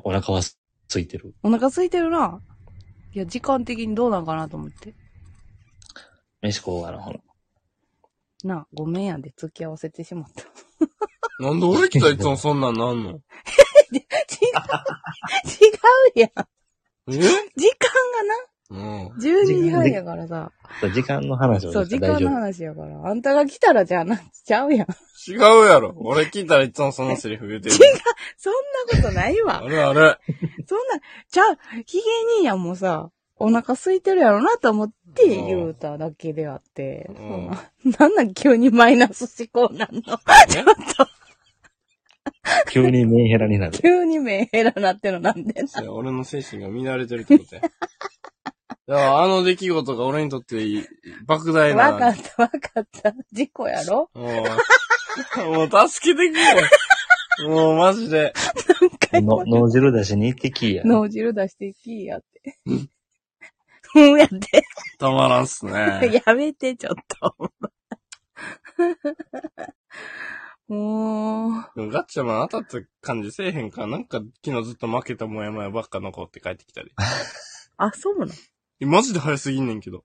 [SPEAKER 2] お腹はついてる。
[SPEAKER 1] お腹空いてるな。いや、時間的にどうなんかなと思って。
[SPEAKER 2] 飯食おうかな、ほら。
[SPEAKER 1] なあ、ごめんやで、付き合わせてしまった。
[SPEAKER 3] なんで俺来たらいつもそんなんなんの
[SPEAKER 1] 違うやん。
[SPEAKER 3] え
[SPEAKER 1] 時間
[SPEAKER 3] うん。
[SPEAKER 1] がな、12時半やからさ。
[SPEAKER 2] そう時間の話を
[SPEAKER 1] そう、
[SPEAKER 2] した
[SPEAKER 1] 時
[SPEAKER 2] ら
[SPEAKER 1] 間
[SPEAKER 2] 大丈
[SPEAKER 1] の
[SPEAKER 2] 夫。
[SPEAKER 1] 話やから。あんたが来たらじゃあな、ちゃうやん。
[SPEAKER 3] 違うやろ。俺聞いたらいつもそのセリフ言うてる。
[SPEAKER 1] そんなことない
[SPEAKER 3] あ
[SPEAKER 1] わ。
[SPEAKER 3] れあれ。
[SPEAKER 1] そんな、ちゃう、ヒゲ兄やんもさ、お腹空いてるやろなと思って言うただけであって。
[SPEAKER 3] うん
[SPEAKER 1] そんな、なんなん急にマイナス思考なんの
[SPEAKER 2] 急にメンヘラにな る。
[SPEAKER 1] 急にメンヘラなってのなんで
[SPEAKER 3] それ俺の精神が乱れてるってことや。だからあの出来事が俺にとってい莫大な。
[SPEAKER 1] わかったわかった。事故やろ
[SPEAKER 3] もう、 もう助けてくれ。もうマジで。
[SPEAKER 2] の、脳汁出しに行ってきいや。
[SPEAKER 1] 脳汁出していきやって。うん、やって。
[SPEAKER 3] たまらんっすね。
[SPEAKER 1] やめて、ちょっと。 もう、
[SPEAKER 3] でもガッチャマン当たった感じせえへんから、なんか昨日ずっと負けたもやもやばっか残って帰ってきたり。
[SPEAKER 1] あ、そうなの
[SPEAKER 3] えマジで早すぎんねんけど。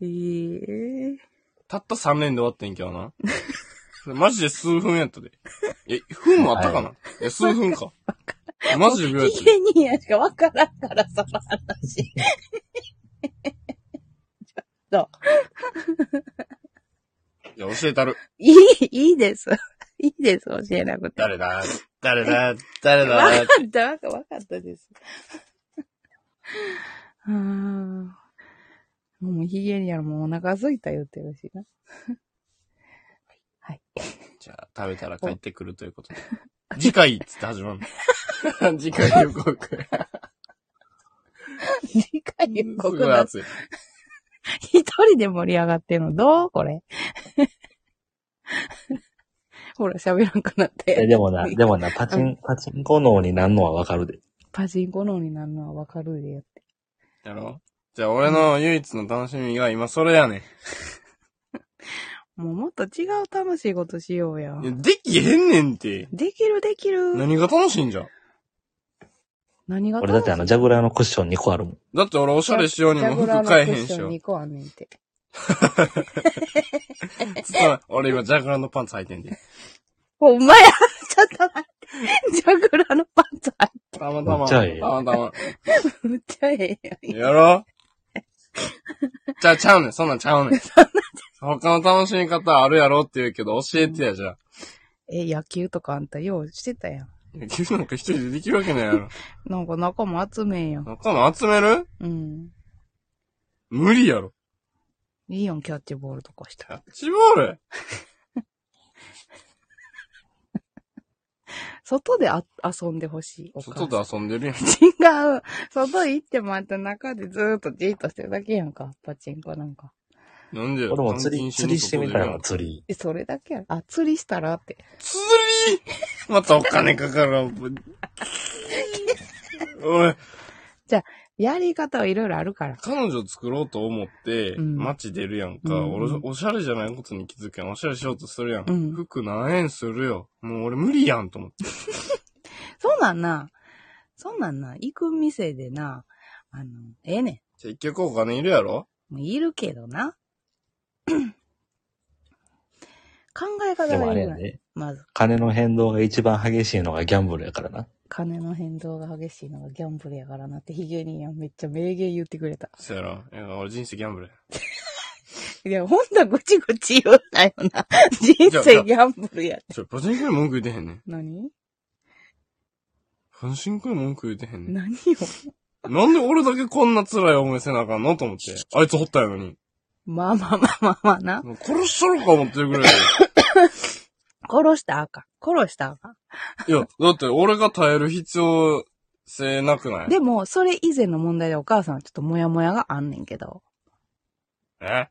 [SPEAKER 1] ええ
[SPEAKER 3] たった3年で終わってんけどな。それマジで数分やったで。え、分もあったかな、い、や、数分か。マジで秒やった
[SPEAKER 1] ヒ
[SPEAKER 3] で。
[SPEAKER 1] ゲにやしかわからんから、その話。ちょっと、
[SPEAKER 3] いや、教えたる。
[SPEAKER 1] いい、いいです。 いいです、教えなくて。
[SPEAKER 3] 誰だ誰だ誰
[SPEAKER 1] わか
[SPEAKER 3] だ
[SPEAKER 1] った、わかわかったです。 あーもうヒゲにやるもうお腹空いた言ってるしな。はい。
[SPEAKER 3] じゃあ、食べたら帰ってくるということで。次回っつって始まるの。 次回予告。
[SPEAKER 1] 次回予
[SPEAKER 3] す
[SPEAKER 1] 告
[SPEAKER 3] ごい
[SPEAKER 1] だ。
[SPEAKER 3] 熱い。
[SPEAKER 1] 一人で盛り上がってるのどうこれ。 ほら、喋らんくなっ
[SPEAKER 2] え、
[SPEAKER 1] て。
[SPEAKER 2] でも な、でもな、パチン、パチンコ脳になんのはわかるで。
[SPEAKER 1] パチンコ脳になるのはわかるでやって。
[SPEAKER 3] やろじゃあ、俺の唯一の楽しみが今それやね
[SPEAKER 1] もうもっと違う楽しいことしようや
[SPEAKER 3] ん。い。やできへんねんって。
[SPEAKER 1] できるできる。
[SPEAKER 3] 何が楽しいんじゃん。
[SPEAKER 1] 何が楽し
[SPEAKER 2] 俺
[SPEAKER 1] い
[SPEAKER 2] だってあの、ジャグラーのクッション2個あるもん。
[SPEAKER 3] だって俺おしゃれしようにも
[SPEAKER 1] ジャグラー
[SPEAKER 3] 服
[SPEAKER 1] の
[SPEAKER 3] 買えへん
[SPEAKER 1] クッ
[SPEAKER 3] し
[SPEAKER 1] ショ
[SPEAKER 3] よ
[SPEAKER 1] ン。2個あんねんて。
[SPEAKER 3] つったら俺今ジャグラーのパンツ履いてんで。
[SPEAKER 1] ほんまやちょっと待って。ジャグラーのパンツ入
[SPEAKER 3] た
[SPEAKER 2] め
[SPEAKER 3] またま。
[SPEAKER 2] ったち
[SPEAKER 3] ま
[SPEAKER 2] ゃええ
[SPEAKER 3] たま
[SPEAKER 1] ってむっちゃええやん。
[SPEAKER 3] やろじゃあちゃうねん。 そんなんちゃうねん。他の楽しみ方あるやろって言うけど、教えてや、じゃあ。
[SPEAKER 1] え、野球とかあんたようしてたやん。
[SPEAKER 3] 野球なんか一人でできるわけないやろ。
[SPEAKER 1] なんか仲間集めんやん。
[SPEAKER 3] 仲間集める
[SPEAKER 1] うん。
[SPEAKER 3] 無理やろ。
[SPEAKER 1] いいやん、キャッチボールとかした
[SPEAKER 3] キャ
[SPEAKER 1] ら。
[SPEAKER 3] ッチボール
[SPEAKER 1] 外であ遊んでほしい。お母さ
[SPEAKER 3] 外
[SPEAKER 1] ん
[SPEAKER 3] で遊んでるやん。
[SPEAKER 1] 違う。外行ってまた中でずーっとじーっとしてるだけやんか。パチンコなんか。
[SPEAKER 3] なんでや
[SPEAKER 2] 俺も釣り、
[SPEAKER 3] 監禁
[SPEAKER 2] 釣りしてみた
[SPEAKER 3] 外でや
[SPEAKER 2] ら
[SPEAKER 3] ん
[SPEAKER 2] 釣り。
[SPEAKER 1] え、それだけやろ。あ、釣りしたらって。
[SPEAKER 3] 釣り またお金かかるわ。おい、
[SPEAKER 1] やり方はいろいろあるから。
[SPEAKER 3] 彼女作ろうと思って、
[SPEAKER 1] うん
[SPEAKER 3] 街出るやんか、
[SPEAKER 1] うん
[SPEAKER 3] 俺、おしゃれじゃないことに気づけん。おしゃれしようとするやん。
[SPEAKER 1] うん
[SPEAKER 3] 服何円するよ。もう俺無理やんと思って。
[SPEAKER 1] そうなんな。そうなんな。行く店でな。あの、ええね
[SPEAKER 3] じゃあ結局お金いるやろ
[SPEAKER 1] ん。もういるけど な。考え方
[SPEAKER 2] でも
[SPEAKER 1] が
[SPEAKER 2] あ
[SPEAKER 1] い
[SPEAKER 2] れ
[SPEAKER 1] る
[SPEAKER 2] や
[SPEAKER 1] ない。
[SPEAKER 2] ね。
[SPEAKER 1] まず、
[SPEAKER 2] 金の変動が一番激しいのがギャンブルやからな。
[SPEAKER 1] 金の変動が激しいのがギャンブルやからなって、ヒゲにやんめっちゃ名言言ってくれた。
[SPEAKER 3] そうやろ。いや俺人生ギャンブルや。
[SPEAKER 1] いや、ほんとはごちごち言うなよ な。人生ギャンブルや。
[SPEAKER 3] ちょ、パチンコに文句言ってへんねん。
[SPEAKER 1] 何
[SPEAKER 3] パチンコに文句言ってへんねん。
[SPEAKER 1] 何を
[SPEAKER 3] なんで俺だけこんな辛い思いせなあかんのと思って。あいつ掘ったやのに。
[SPEAKER 1] まあまあまあまあまあな。
[SPEAKER 3] もう殺しとるか思ってるぐらい。
[SPEAKER 1] 殺したらあかん。殺したらあか
[SPEAKER 3] いや、だって俺が耐える必要性なくない
[SPEAKER 1] ん。でも、それ以前の問題でお母さんはちょっとモヤモヤがあんねんけど。
[SPEAKER 3] え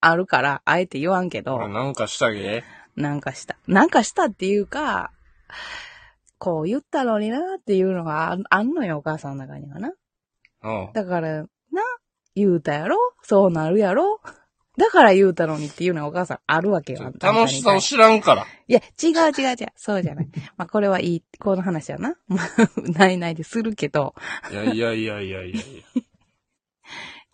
[SPEAKER 1] あるから、あえて言わんけど。
[SPEAKER 3] 俺なんかしたげ
[SPEAKER 1] なんかした。なんかしたっていうか、こう言ったのになっていうのがああんのよ、お母さんの中にはな。
[SPEAKER 3] うん。
[SPEAKER 1] だから、な、言うたやろそうなるやろだから言うたのにっていうのはお母さんあるわけよ。あんた
[SPEAKER 3] 楽しさを
[SPEAKER 1] に対
[SPEAKER 3] 知らんから。
[SPEAKER 1] いや、違う違う違う。そうじゃない。 まあ、これはいい、この話やな。 まあ、ないないでするけど、
[SPEAKER 3] いやいやいやいやいやい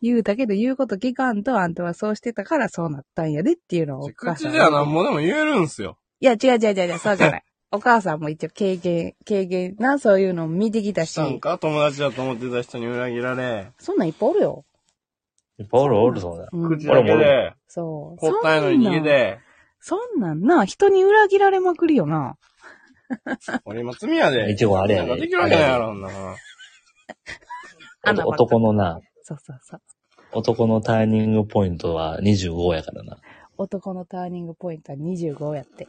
[SPEAKER 1] 言うたけど言うこと聞かんと、あんたはそうしてたからそうなったんやでっていうのをお
[SPEAKER 3] や。
[SPEAKER 1] 母さ
[SPEAKER 3] 口
[SPEAKER 1] ん
[SPEAKER 3] では
[SPEAKER 1] は。
[SPEAKER 3] なんもでも言えるんすよ。
[SPEAKER 1] いや、違う違う違う違う、そうじゃない。お母さんも一応経験、経験な、そういうのを見てきたし。
[SPEAKER 3] なんか友達だと思ってた人に裏切られ。
[SPEAKER 1] そんなんいっぱいおるよ。
[SPEAKER 2] いっぱいおるおるそうだ。
[SPEAKER 1] うん
[SPEAKER 3] 口だけで、
[SPEAKER 1] そう。
[SPEAKER 3] 答えのに逃げで。
[SPEAKER 1] そんなん。そんなんな、人に裏切られまくりよな。
[SPEAKER 3] 俺今罪やで。
[SPEAKER 2] 一応あれや
[SPEAKER 3] なんか
[SPEAKER 2] で。
[SPEAKER 3] できるわけないやろ、ほんなら
[SPEAKER 1] あ
[SPEAKER 2] お男
[SPEAKER 1] の。
[SPEAKER 2] のな、
[SPEAKER 1] そうそうそう。
[SPEAKER 2] 男のターニングポイントは25やからな。
[SPEAKER 1] 男のターニングポイントは25やって。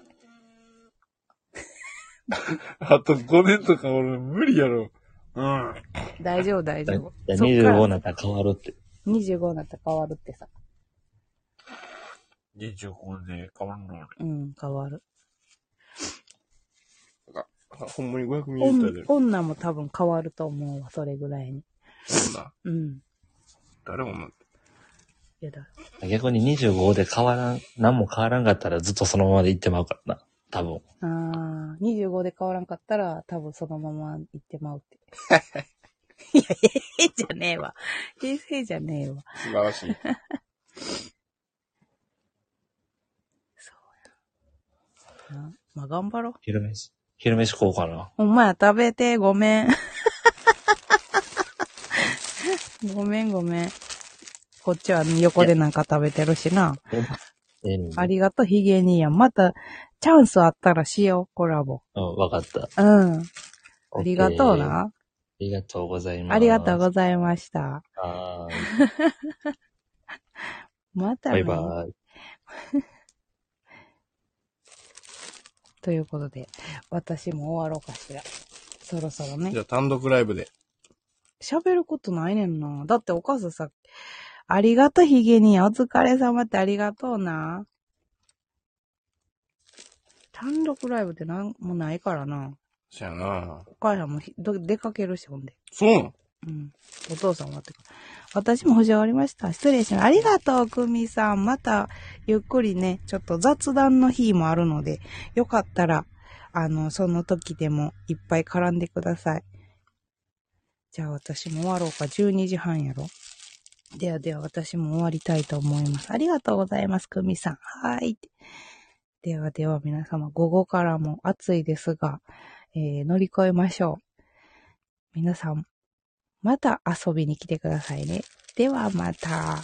[SPEAKER 3] あと5年とか俺無理やろ。うん。
[SPEAKER 1] 大丈夫、大丈夫。
[SPEAKER 2] いや
[SPEAKER 1] そっ
[SPEAKER 2] 25に
[SPEAKER 1] から
[SPEAKER 2] なったら変わるって。
[SPEAKER 1] 25になったら変わるってさ。
[SPEAKER 3] 25で変わんの
[SPEAKER 1] うん、変わる。
[SPEAKER 3] ほんまに500ミリ
[SPEAKER 1] お
[SPEAKER 3] リット
[SPEAKER 1] ん
[SPEAKER 3] ル出る。
[SPEAKER 1] 女も多分変わると思うわ、それぐらいに。
[SPEAKER 3] そんな。
[SPEAKER 1] うん。
[SPEAKER 3] 誰もなんて。
[SPEAKER 1] いやだ。
[SPEAKER 2] 逆に25で変わらん、何も変わらんかったらずっとそのままで行ってまうからな。多分。
[SPEAKER 1] あー、25で変わらんかったら、多分そのまま行ってまうって。 いや、へへじゃねえわ。へへじゃねえわ。
[SPEAKER 3] 素晴らしい。
[SPEAKER 1] そうやな。まあ、頑張ろう。
[SPEAKER 2] 昼飯。昼飯食おうかな。
[SPEAKER 1] ほんまや、食べて、ごめん。 ごめん、ごめん。こっちは横でなんか食べてるしな。
[SPEAKER 2] ええねん
[SPEAKER 1] ありがとう、ヒゲ兄やん。また、チャンスあったらしよう、コラボ。
[SPEAKER 2] うん、わかった。
[SPEAKER 1] うん。ありがとう
[SPEAKER 2] OK あ
[SPEAKER 1] な。
[SPEAKER 2] りがとうございます。
[SPEAKER 1] ありがとう
[SPEAKER 2] ざい
[SPEAKER 1] ございました。
[SPEAKER 2] ます。
[SPEAKER 1] また
[SPEAKER 2] バ
[SPEAKER 1] ね。
[SPEAKER 2] イバイ。
[SPEAKER 1] ということで、私も終わろうかしら。そろそろね
[SPEAKER 3] じゃ。あ単独ライブで。
[SPEAKER 1] 喋ることないねんな。だってお母さんさ、ありがとう、ヒゲに。お疲れ様ってありがとうな。単独ライブってなんもないからな。
[SPEAKER 3] そやな
[SPEAKER 1] お母さんもひど出かけるし、ほんで。
[SPEAKER 3] そうなの
[SPEAKER 1] うん。お父さんはってか。私も星終わりました。失礼します。ありがとう、くみさん。また、ゆっくりね、ちょっと雑談の日もあるので、よかったら、あの、その時でもいっぱい絡んでください。じゃあ私も終わろうか。12時半やろ。ではでは私も終わりたいと思います。ありがとうございます、くみさん。はーい。ではでは皆様、午後からも暑いですが、えー、乗り越えましょう。皆さん、また遊びに来てくださいね。ではまた。